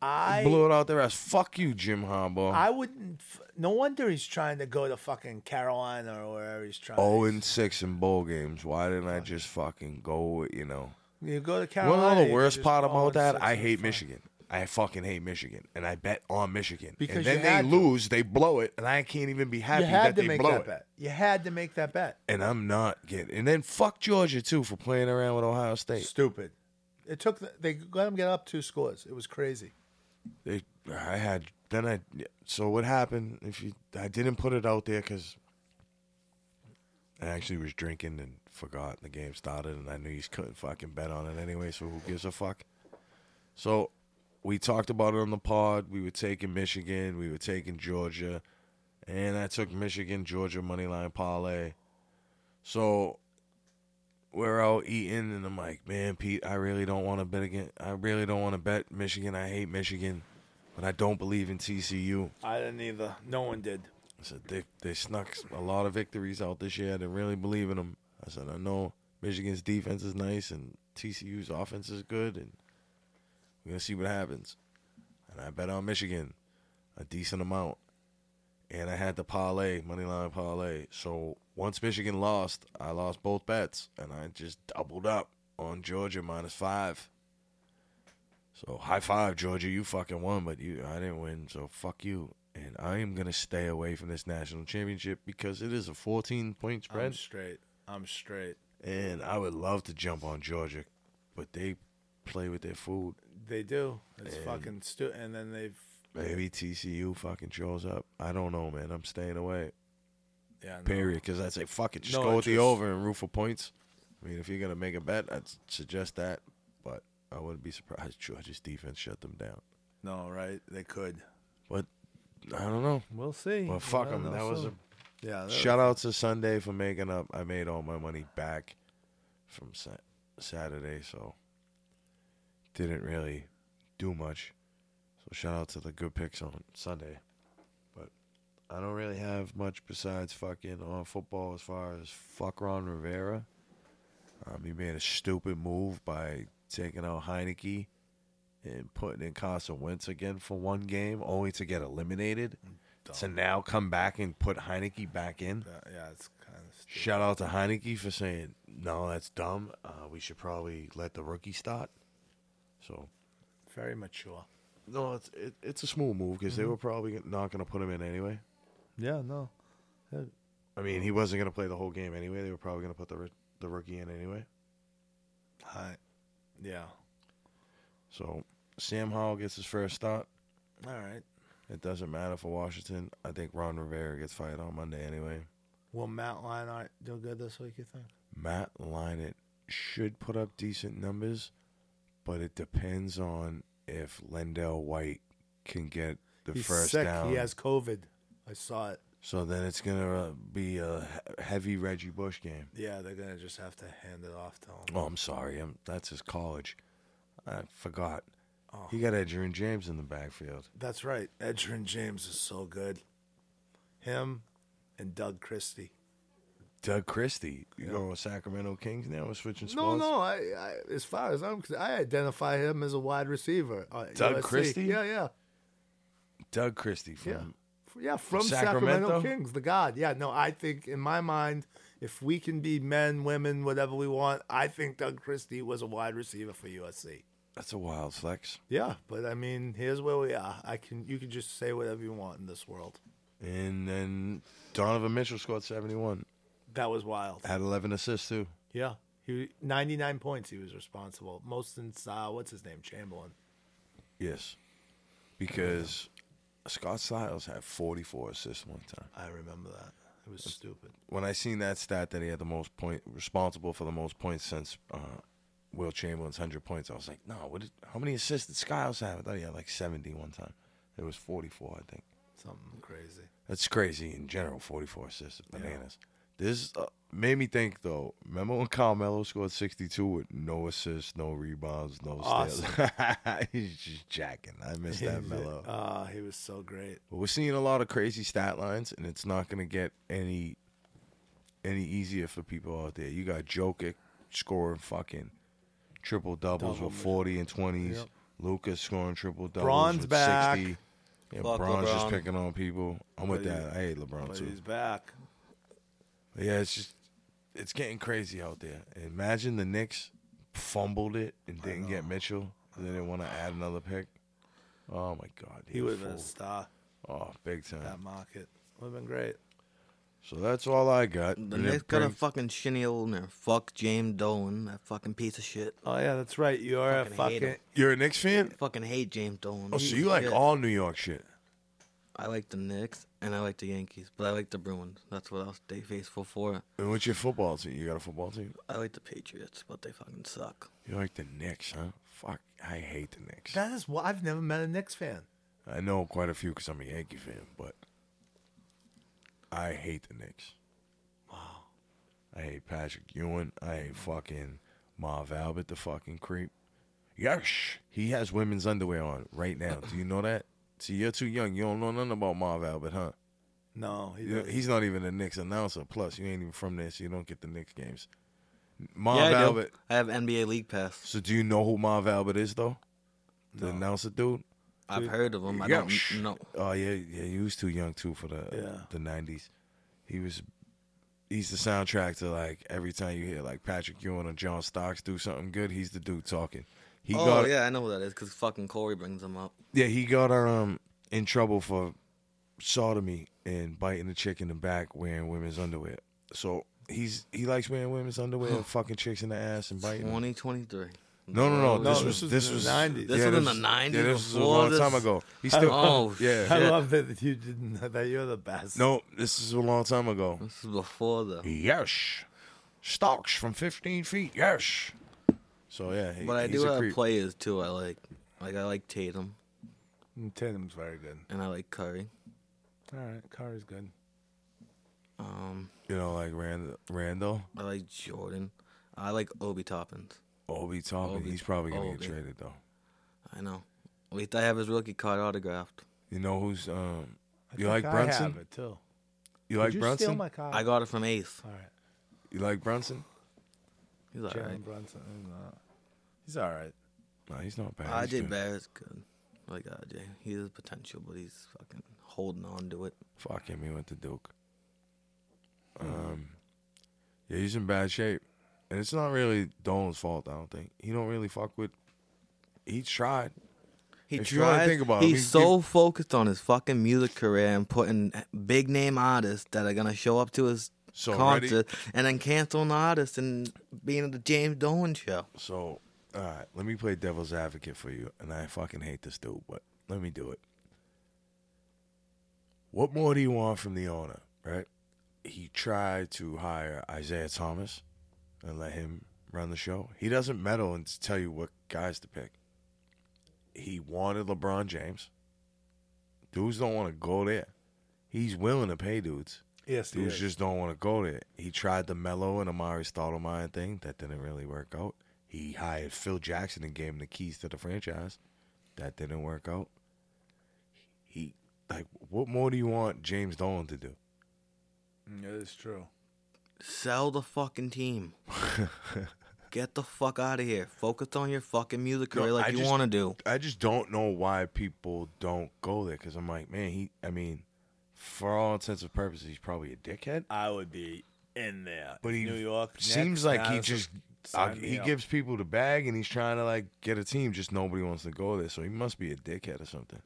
I
Blew it out their ass. Fuck you, Jim Harbaugh.
I wouldn't. f- No wonder he's trying to go to fucking Carolina or wherever he's trying.
Oh and six in bowl games. Why didn't I just fucking go? with, You know,
you go to
one
Carolina.
of
you
the
can
worst
just
part
go
about
and
that,
sit
I
in
hate
front.
Michigan. I fucking hate Michigan, and I bet on Michigan.
Because
and
you
then they
had to.
lose, they blow it, and I can't even be happy
You had
that
to
they
make
blow
that
it.
bet. You had to make that bet.
And I'm not getting. And then fuck Georgia too for playing around with Ohio State.
Stupid. It took. The, they let him get up two scores. It was crazy.
They, I had then I. So what happened? If you, I didn't put it out there because I actually was drinking and forgot the game started, and I knew you couldn't fucking bet on it anyway. So who gives a fuck? So we talked about it on the pod. We were taking Michigan, we were taking Georgia, and I took Michigan, Georgia money line parlay. So we're out eating, and I'm like, man, Pete, I really don't want to bet again. I really don't want to bet Michigan. I hate Michigan, but I don't believe in TCU.
I didn't either. No one did.
I said they they snuck a lot of victories out this year. I didn't really believe in them. I said I know Michigan's defense is nice and TCU's offense is good, and we're gonna see what happens. And I bet on Michigan a decent amount, and I had the parlay money line parlay. So once Michigan lost, I lost both bets, and I just doubled up on Georgia minus five. So high five, Georgia. You fucking won, but you I didn't win, so fuck you. And I am gonna stay away from this national championship because it is a fourteen point
I'm
spread.
straight. I'm straight.
and I would love to jump on Georgia, but they play with their food.
They do. It's fucking stupid. And then they've.
Maybe TCU fucking shows up. I don't know, man. I'm staying away.
Yeah. no.
Period. Because I say fuck it, just
No
go with the
interest.
over and root for points. I mean, if you're gonna make a bet, I'd suggest that. But I wouldn't be surprised. Georgia's defense shut them down.
No, right? They could.
But I don't know.
We'll see.
Well, fuck
I don't
them.
know,
That was a
so- yeah. that-
Shout out to Sunday for making up. I made all my money back from sa- Saturday, so didn't really do much. So shout out to the good picks on Sunday. But I don't really have much besides fucking on football as far as fuck Ron Rivera. Um, he made a stupid move by taking out Heineke and putting in Carson Wentz again for one game, only to get eliminated. To now come back and put Heineke back in.
Uh, yeah, it's kind of stupid.
Shout out to Heineke for saying, no, that's dumb. Uh, we should probably let the rookie start. So,
very mature.
no, it's it, it's a smooth move because they were probably not going to put him in anyway.
Yeah, no.
I mean, he wasn't going to play the whole game anyway. They were probably going to put the ri- the rookie in anyway.
Hi. Yeah.
So Sam Howell gets his first start.
All right.
It doesn't matter for Washington. I think Ron Rivera gets fired on Monday anyway.
Will Matt Leinart do good this week? You think?
Matt Leinart should put up decent numbers, but it depends on if Lendell White can get the
He's
first
sick.
down.
He has COVID. I saw it.
So then it's gonna uh, be a he- heavy Reggie Bush game.
Yeah, they're gonna just have to hand it off to him.
Oh, I'm sorry. I'm, that's his college. I forgot.
Oh.
He got Edgerrin James in the backfield.
That's right. Edgerrin James is so good. Him and Doug Christie.
Doug Christie. You going with Sacramento Kings now? We're switching
No,
spots.
no. I, I, as far as I'm, concerned, I identify him as a wide receiver. uh,
Doug
USC.
Christie?
Yeah, yeah,
Doug Christie from.
yeah, F- yeah. From Sacramento?
Sacramento?
Kings, the God. Yeah, no. I think in my mind, if we can be men, women, whatever we want, I think Doug Christie was a wide receiver for USC.
That's a wild flex.
Yeah, but I mean, here's where we are. I can, you can just say whatever you want in this world.
And then Donovan Mitchell scored 71,
That was wild.
had 11 assists too.
Yeah. He 99 points he was responsible. Most since uh, what's his name? Chamberlain.
Yes, because Scott Stiles had 44 assists one time.
I remember that. It was stupid.
When I seen that stat that he had the most point, responsible for the most points since uh, Will Chamberlain's 100 points, I was like, no, what did, how many assists did Stiles have? I thought he had like 70 one time. It was 44, I think.
Something crazy.
That's crazy in general. Forty-four assists, bananas. This uh, made me think though. Remember when Carmelo scored sixty-two with no assists, no rebounds, no steals? He's just jacking. I miss that Melo.
Ah, he was so great.
But we're seeing a lot of crazy stat lines, and it's not going to get any any easier for people out there. You got Jokic scoring fucking triple doubles with forty and twenties. Lucas scoring triple doubles
Bron's
with
back.
sixty. Yeah,
Fuck
Bron's just
LeBron.
picking on people. I'm with that. I hate LeBron
But
too.
he's back.
But yeah, it's just it's getting crazy out there. Imagine the Knicks fumbled it and didn't get Mitchell. They didn't want to add another pick. Oh my God,
He
was
would have been a star
oh big time.
that market. Would have been great.
So that's all I got.
The
And it
Knicks got a
brings-
fucking shinny owner. Fuck James Dolan, that fucking piece of shit.
Oh yeah, that's right. You're
Fucking
a
hate
fucking
him.
You're a Knicks fan?
Fucking hate James Dolan.
Oh, so
He's
you like
shit.
all New York shit?
I like the Knicks and I like the Yankees, but I like the Bruins. That's what I was stay faithful for.
And what's your football team? You got a football team?
I like the Patriots, but they fucking suck.
You like the Knicks, huh? Fuck, I hate the Knicks.
That is why I've never met a Knicks fan.
I know quite a few because I'm a Yankee fan, but I hate the Knicks. Wow. I hate Patrick Ewing. I hate fucking Marv Albert, the fucking creep. Yes, he has women's underwear on right now. Do you know that? See, you're too young. You don't know nothing about Marv Albert, huh?
No, he
You-
doesn't.
He's not even a Knicks announcer. Plus, you ain't even from there, so you don't get the Knicks games. Marv
yeah, I, do.
Albert.
I have NBA League Pass.
So, do you know who Marv Albert is, though? The announcer dude.
I've heard of them. I
Yeah,
don't
shh.
know.
Oh yeah, yeah. He was too young too for the
Yeah.
the nineties. He was. He's the soundtrack to like every time you hear like Patrick Ewing or John Stocks do something good. He's the dude talking. He
oh,
got
yeah, I know who that is because fucking Corey brings them up.
yeah, he got um in trouble for sodomy and biting a chick in the back wearing women's underwear. So he's he likes wearing women's underwear, and fucking chicks in the ass and biting. them.
2023.
No, no, no.
No,
This was
this was
this
in the
was
90s.
This was in the 90s
Yeah, this was a
before
long time
this?
ago. He
I
still
love- Oh,
yeah.
I
shit.
love that you didn't know that. You're the best.
No, this is a long time ago.
This is before the.
Yes. Stocks from 15 feet. Yes. So, yeah. He,
But I
he's
do
a
have
creep.
players too. I like, like I like Tatum
Tatum's very good.
and I like Curry.
All right, Curry's good.
Um,
You know, like Rand- Randall,
I like Jordan. I like Obi Toppins.
Obi Toppin.
Obi-
he's probably going to
Obi.
get traded, though.
I know. At least I have his rookie card autographed.
You know who's um, You like
I
Brunson?
have it too.
You
Did
like
you Steal
Brunson?
my car?
I got it from Ace.
All right,
You like Brunson?
He's all
Jalen
right.
Brunson. He's, not- he's all right.
No, he's not bad. He's
RJ
good.
Barrett's good. Like RJ, he has potential, but he's fucking holding on to it.
Fuck him. He went to Duke.
Hmm.
Um, yeah, he's in bad shape, and it's not really Dolan's fault. I don't think he don't really fuck with. He tried.
He
If you really
tries.
think about it,
he's
I mean,
so focused on his fucking music career and putting big name artists that are gonna show up to his
So
concert
ready?
and then canceling artists and being at the James Dolan show.
So, all right, let me play devil's advocate for you, and I fucking hate this dude, but let me do it. What more do you want from the owner, right? He tried to hire Isaiah Thomas and let him run the show. He doesn't meddle and tell you what guys to pick. He wanted LeBron James. Dudes don't want to go there. He's willing to pay dudes.
Yes, he
Dudes
is.
just don't want to go there. He tried the Mello and Amari Stoudemire thing. That didn't really work out. He hired Phil Jackson and gave him the keys to the franchise. That didn't work out. He like, what more do you want James Dolan to do?
Yeah, it's Mm, true.
Sell the fucking team. Get the fuck out of here. Focus on your fucking music
No,
career like
I
you
just-
want to do.
I just don't know why people don't go there. Because I'm like, man, he. I mean, for all intents and purposes, he's probably a dickhead.
I would be in there.
But he
New York Knicks,
seems like he
Giannis,
just
sign
uh,
me
he
up.
gives people the bag and he's trying to like get a team. Just nobody wants to go there, so he must be a dickhead or something.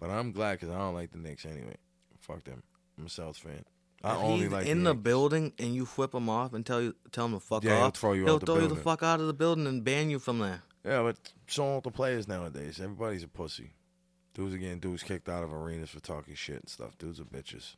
But I'm glad because I don't like the Knicks anyway. Fuck them. I'm a Celtics fan. I
If
only
he's
like
in the
Yankees.
building and you whip him off and tell you tell him to fuck
Yeah,
off.
he'll throw you out the
throw you the
building.
fuck out of the building and ban you from there.
Yeah, but so aren't the players nowadays. Everybody's a pussy. Dudes are getting dudes kicked out of arenas for talking shit and stuff. Dudes are bitches.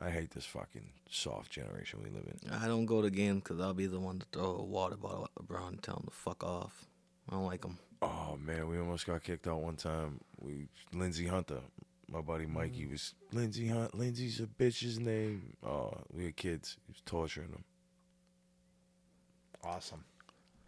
I hate this fucking soft generation we live in.
I don't go to games because I'll be the one to throw a water bottle at LeBron and tell him to fuck off. I don't like him.
Oh man, we almost got kicked out one time. We Lindsey Hunter, my buddy Mikey was Lindsey Hunt. Lindsey's a bitch's name. Oh, we were kids. He was torturing them.
awesome.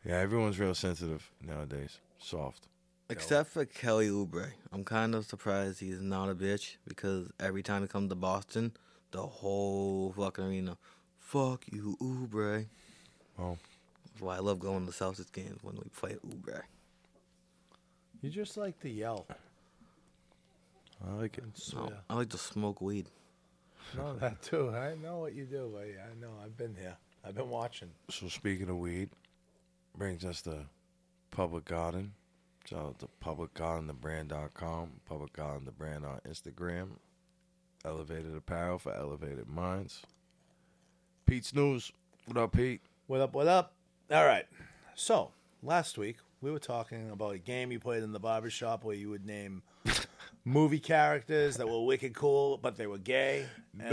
Yeah, everyone's real sensitive nowadays. Soft.
Except for Kelly Oubre. I'm kind of surprised he's not a bitch because every time he comes to Boston, the whole fucking arena, fuck you, Oubre.
Oh,
That's why I love going to Celtics games when we play Oubre.
You just like to yell.
I like it.
And
So
swear.
I like to smoke weed.
uh,
No, that too. I know what you do, buddy. I know. I've been here. I've been watching.
So speaking of weed, brings us to Public Garden. Shout out to publicgardenthebrand.com, Public Garden the Brand on Instagram, Elevated Apparel for Elevated Minds. Pete's News. What up, Pete?
What up? What up? All right. So last week we were talking about a game you played in the barbershop where you would name movie characters that were wicked cool, but they were gay. And,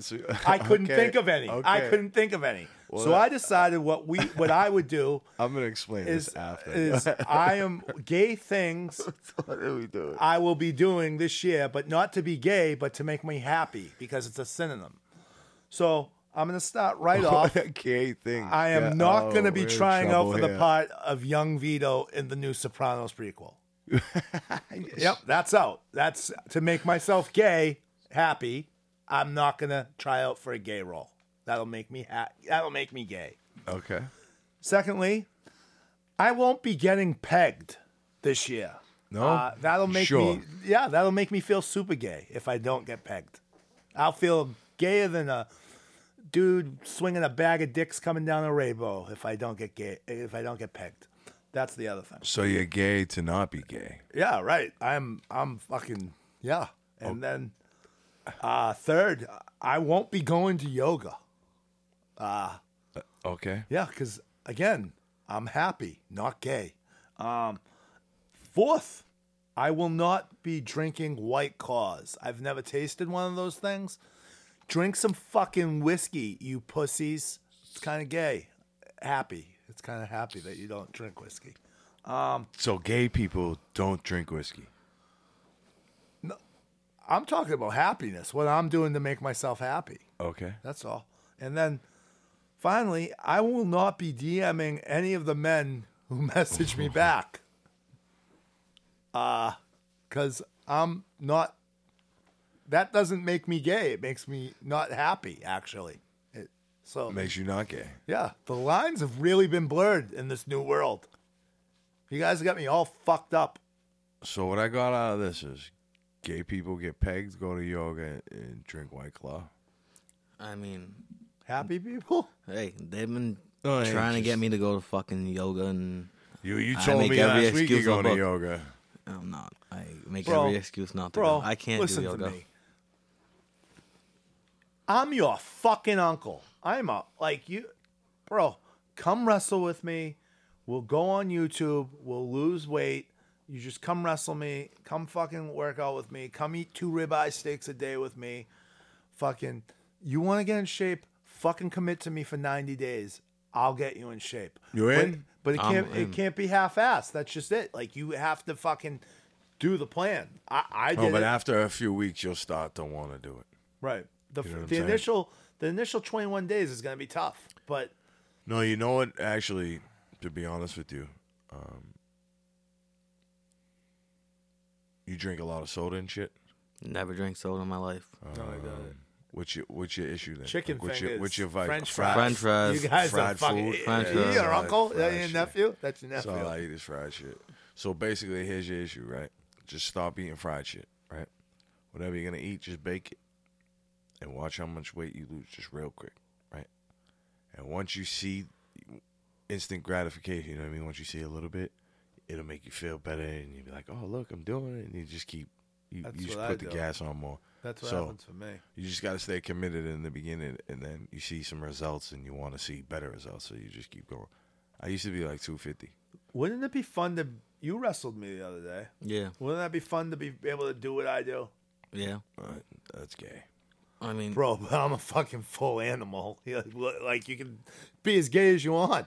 so-
I couldn't
okay,
think of any. I
okay.
couldn't think of any. so
that-
I decided what we what I would do
I'm gonna explain
is
this after.
is I am gay things
what are we doing?
I will be doing this year, but not to be gay, but to make me happy because it's a synonym. So I'm going to start right off.
okay, thing. oh,
I am not going to be trying out for the
pot.
part of young Vito in the new Sopranos prequel. Yep, that's out. That's to make myself gay happy. I'm not going to try out for a gay role. That'll make me ha- that'll make me gay.
Okay.
Secondly, I won't be getting pegged this year.
No.
Uh, that'll make
sure.
me yeah, that'll make me feel super gay if I don't get pegged. I'll feel gayer than a dude swinging a bag of dicks coming down a rainbow if I don't get gay if I don't get pegged. That's the other thing.
So you're gay to not be gay.
Yeah, right. I'm I'm fucking yeah. Oh. And then uh third, I won't be going to yoga.
Okay.
Yeah, cuz again, I'm happy, not gay. Um fourth, I will not be drinking white claws. I've never tasted one of those things. Drink some fucking whiskey, you pussies. It's kind of gay. Happy. It's kind of happy that you don't drink whiskey.
So gay people don't drink whiskey.
I'm talking about happiness, what I'm doing to make myself happy.
Okay.
That's all. And then finally, I will not be DMing any of the men who message me back. Uh, cuz I'm not that doesn't make me gay. It makes me not happy, actually. It, so
Makes you not gay.
yeah, the lines have really been blurred in this new world. You guys got me all fucked up.
So what I got out of this is, gay people get pegged, go to yoga, and drink White Claw.
I mean,
Happy people.
hey, they've been
Oh, hey,
trying to get
just-
me to go to fucking yoga, and
You you
I
told
make
me
every
last week you're
excuse in the
going to
book.
yoga.
I'm not. I make
Bro,
every excuse not to
Bro,
go. I can't
listen
do yoga.
to me. I'm your fucking uncle. I'm a like you, bro. Come wrestle with me. We'll go on YouTube. We'll lose weight. You just come wrestle me. Come fucking work out with me. Come eat two ribeye steaks a day with me. Fucking, you want to get in shape? Fucking commit to me for ninety days. I'll get you in shape.
You
But-
in?
But, it
I'm
can't.
in.
It can't be half-assed. That's just it. Like you have to fucking do the plan. I, I did
No, Oh, but
it.
after a few weeks, you'll start to want to do it.
Right. The,
know what I'm
the
saying?
initial the initial 21 days is going to be tough, but
No, you know what? Actually, to be honest with you, um, you drink a lot of soda and shit. Um,
Never drank soda in my life.
What's your What's your issue then?
chicken
Like, what's
fingers,
Your, what's your vice?
French fries,
French fries,
You guys are
fried
fucking.
food.
French
you
fries.
your uncle,
Fried
that your
shit.
nephew, that's your
That's
nephew.
all I eat is fried shit. So basically, here's your issue, right? Just stop eating fried shit, right? Whatever you're gonna eat, just bake it, and watch how much weight you lose, just real quick, right? And once you see instant gratification, you know what I mean. Once you see a little bit, it'll make you feel better, and you'll be like, "Oh, look, I'm doing it," and you just keep you,
That's
you just
what I
put the
do.
gas on more.
That's what
So-
happens for me.
You just got to stay committed in the beginning, and then you see some results, and you want to see better results, so you just keep going. I used to be like 250.
Wouldn't it be fun to you wrestled me the other day?
Yeah,
Wouldn't that be fun to be able to do what I do?
yeah.
Uh, that's gay.
I mean,
Bro, but I'm a fucking full animal. Yeah, look, Like you can be as gay as you want.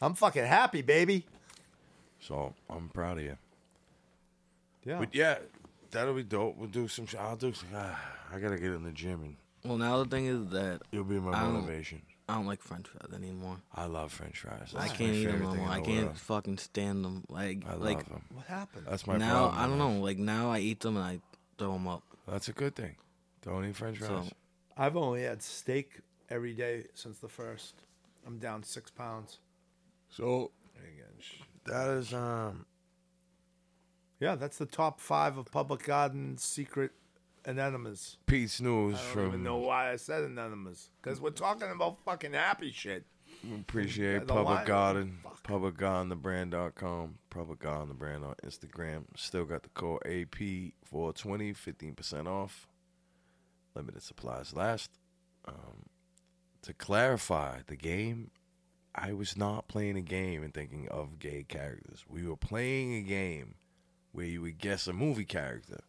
I'm fucking happy, baby.
So I'm proud of you.
Yeah.
Oh.
But yeah, that'll be dope. We'll do some. sh- I'll do. Some, ah, I gotta get in the gym, and
well, now the thing is that
you'll be my
I don't-
motivation.
I don't like French fries anymore.
I love French fries. That's
I
my
can't eat them
favorite
no
thing
more. I
in the
can't
world.
fucking stand them. Like,
I
like
love them.
what happened?
That's my
now
problem.
I don't know. Like now I eat them and I throw them up.
That's a good thing. Don't eat French fries.
So-
I've only had steak every day since the first. I'm down six pounds.
So, that is um.
Yeah, that's the top five of Public Garden secret enemas.
Pete's news
I don't
from
even know why I said enemas. Because we're talking about fucking happy shit.
Appreciate
The
Public
line-
Garden,
Fuck.
Public Garden, the brand.com, Public Garden, the brand on Instagram. Still got the code AP 420, 15% off. Limited supplies last. Um, to clarify the game, I was not playing a game and thinking of gay characters. We were playing a game where you would guess a movie character.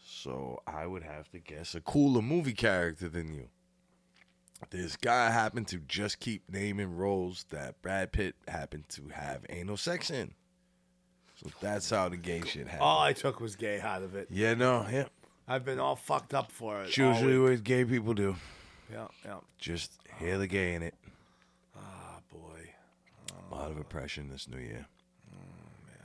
So I would have to guess a cooler movie character than you this guy happened to just keep naming roles that Brad Pitt happened to have anal sex in. So that's how the gay shit happened.
All Oh, I took was gay out of it.
yeah, no, yeah.
I've been all fucked up for it.
It's
all
usually
week.
what gay people do.
Yeah, yeah.
Just hear the gay in it.
Oh, boy.
A lot of oppression this new year. man.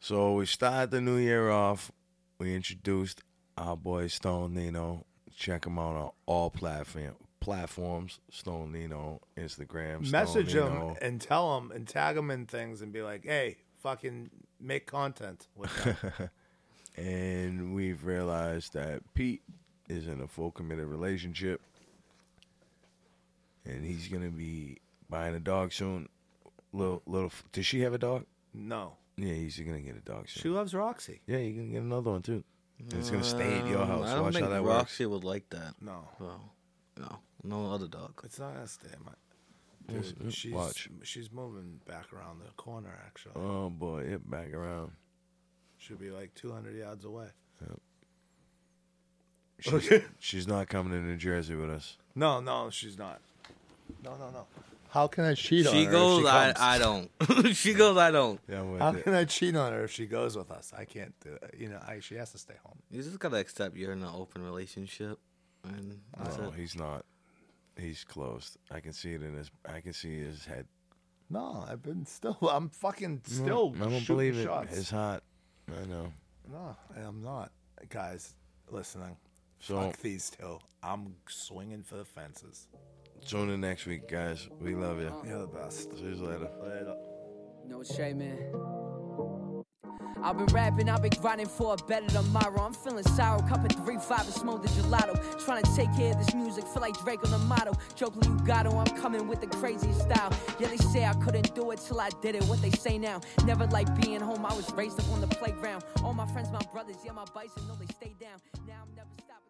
So we started the new year off. We introduced our boy Stone Nino. Check him out on all platform platforms. Stone Nino, Instagram. Stone
Message
Nino.
him and tell him and tag him in things and be like, hey, fucking make content with that.
and we've realized that Pete is in a full committed relationship, and he's gonna be buying a dog soon. Little little, does she have a dog?
no.
Yeah, he's gonna get a dog soon.
She loves Roxy.
yeah, you're gonna get another one too. And it's gonna stay at your
Um,
house.
I don't
Watch
think
how that works.
Roxy would like that.
No.
Well, no, no other dog.
It's not gonna stay in my.
Yes,
Dude,
yes,
she's
watch.
she's moving back around the corner. Actually,
Oh boy, it back around.
she'll be like 200 yards away.
She's, she's not coming to New Jersey with us.
No, no, she's not. No, no, no. How can I cheat on her?
She
if
goes, I,
comes?
I don't. she goes, I don't.
Yeah, I'm with
How
it.
can I cheat on her if she goes with us? I can't do it. You know, I, she has to stay home.
You just gotta accept you're in an open relationship, and that's
No,
it.
he's not. He's closed. I can see it in his. I can see his head.
No, I've been still. I'm fucking still
I don't
shooting
believe it.
shots.
It's hot. I know.
No, I'm not, guys. listening.
So-
Fuck these two. I'm swinging for the fences.
Tune in next week, guys. We love you.
You're the best.
See you later.
Later.
No shame, man. I've been rapping, I've been grinding for a better tomorrow. I'm feeling sorrow, cup of three, five, and smoke the gelato. Trying to take care of this music, feel like Drake on the motto. Joke Legato, I'm coming with the craziest style. Yeah, they say I couldn't do it till I did it. What they say now, never like being home. I was raised up on the playground. All my friends, my brothers, yeah, my bison, no, they stay down. Now I'm never stopping.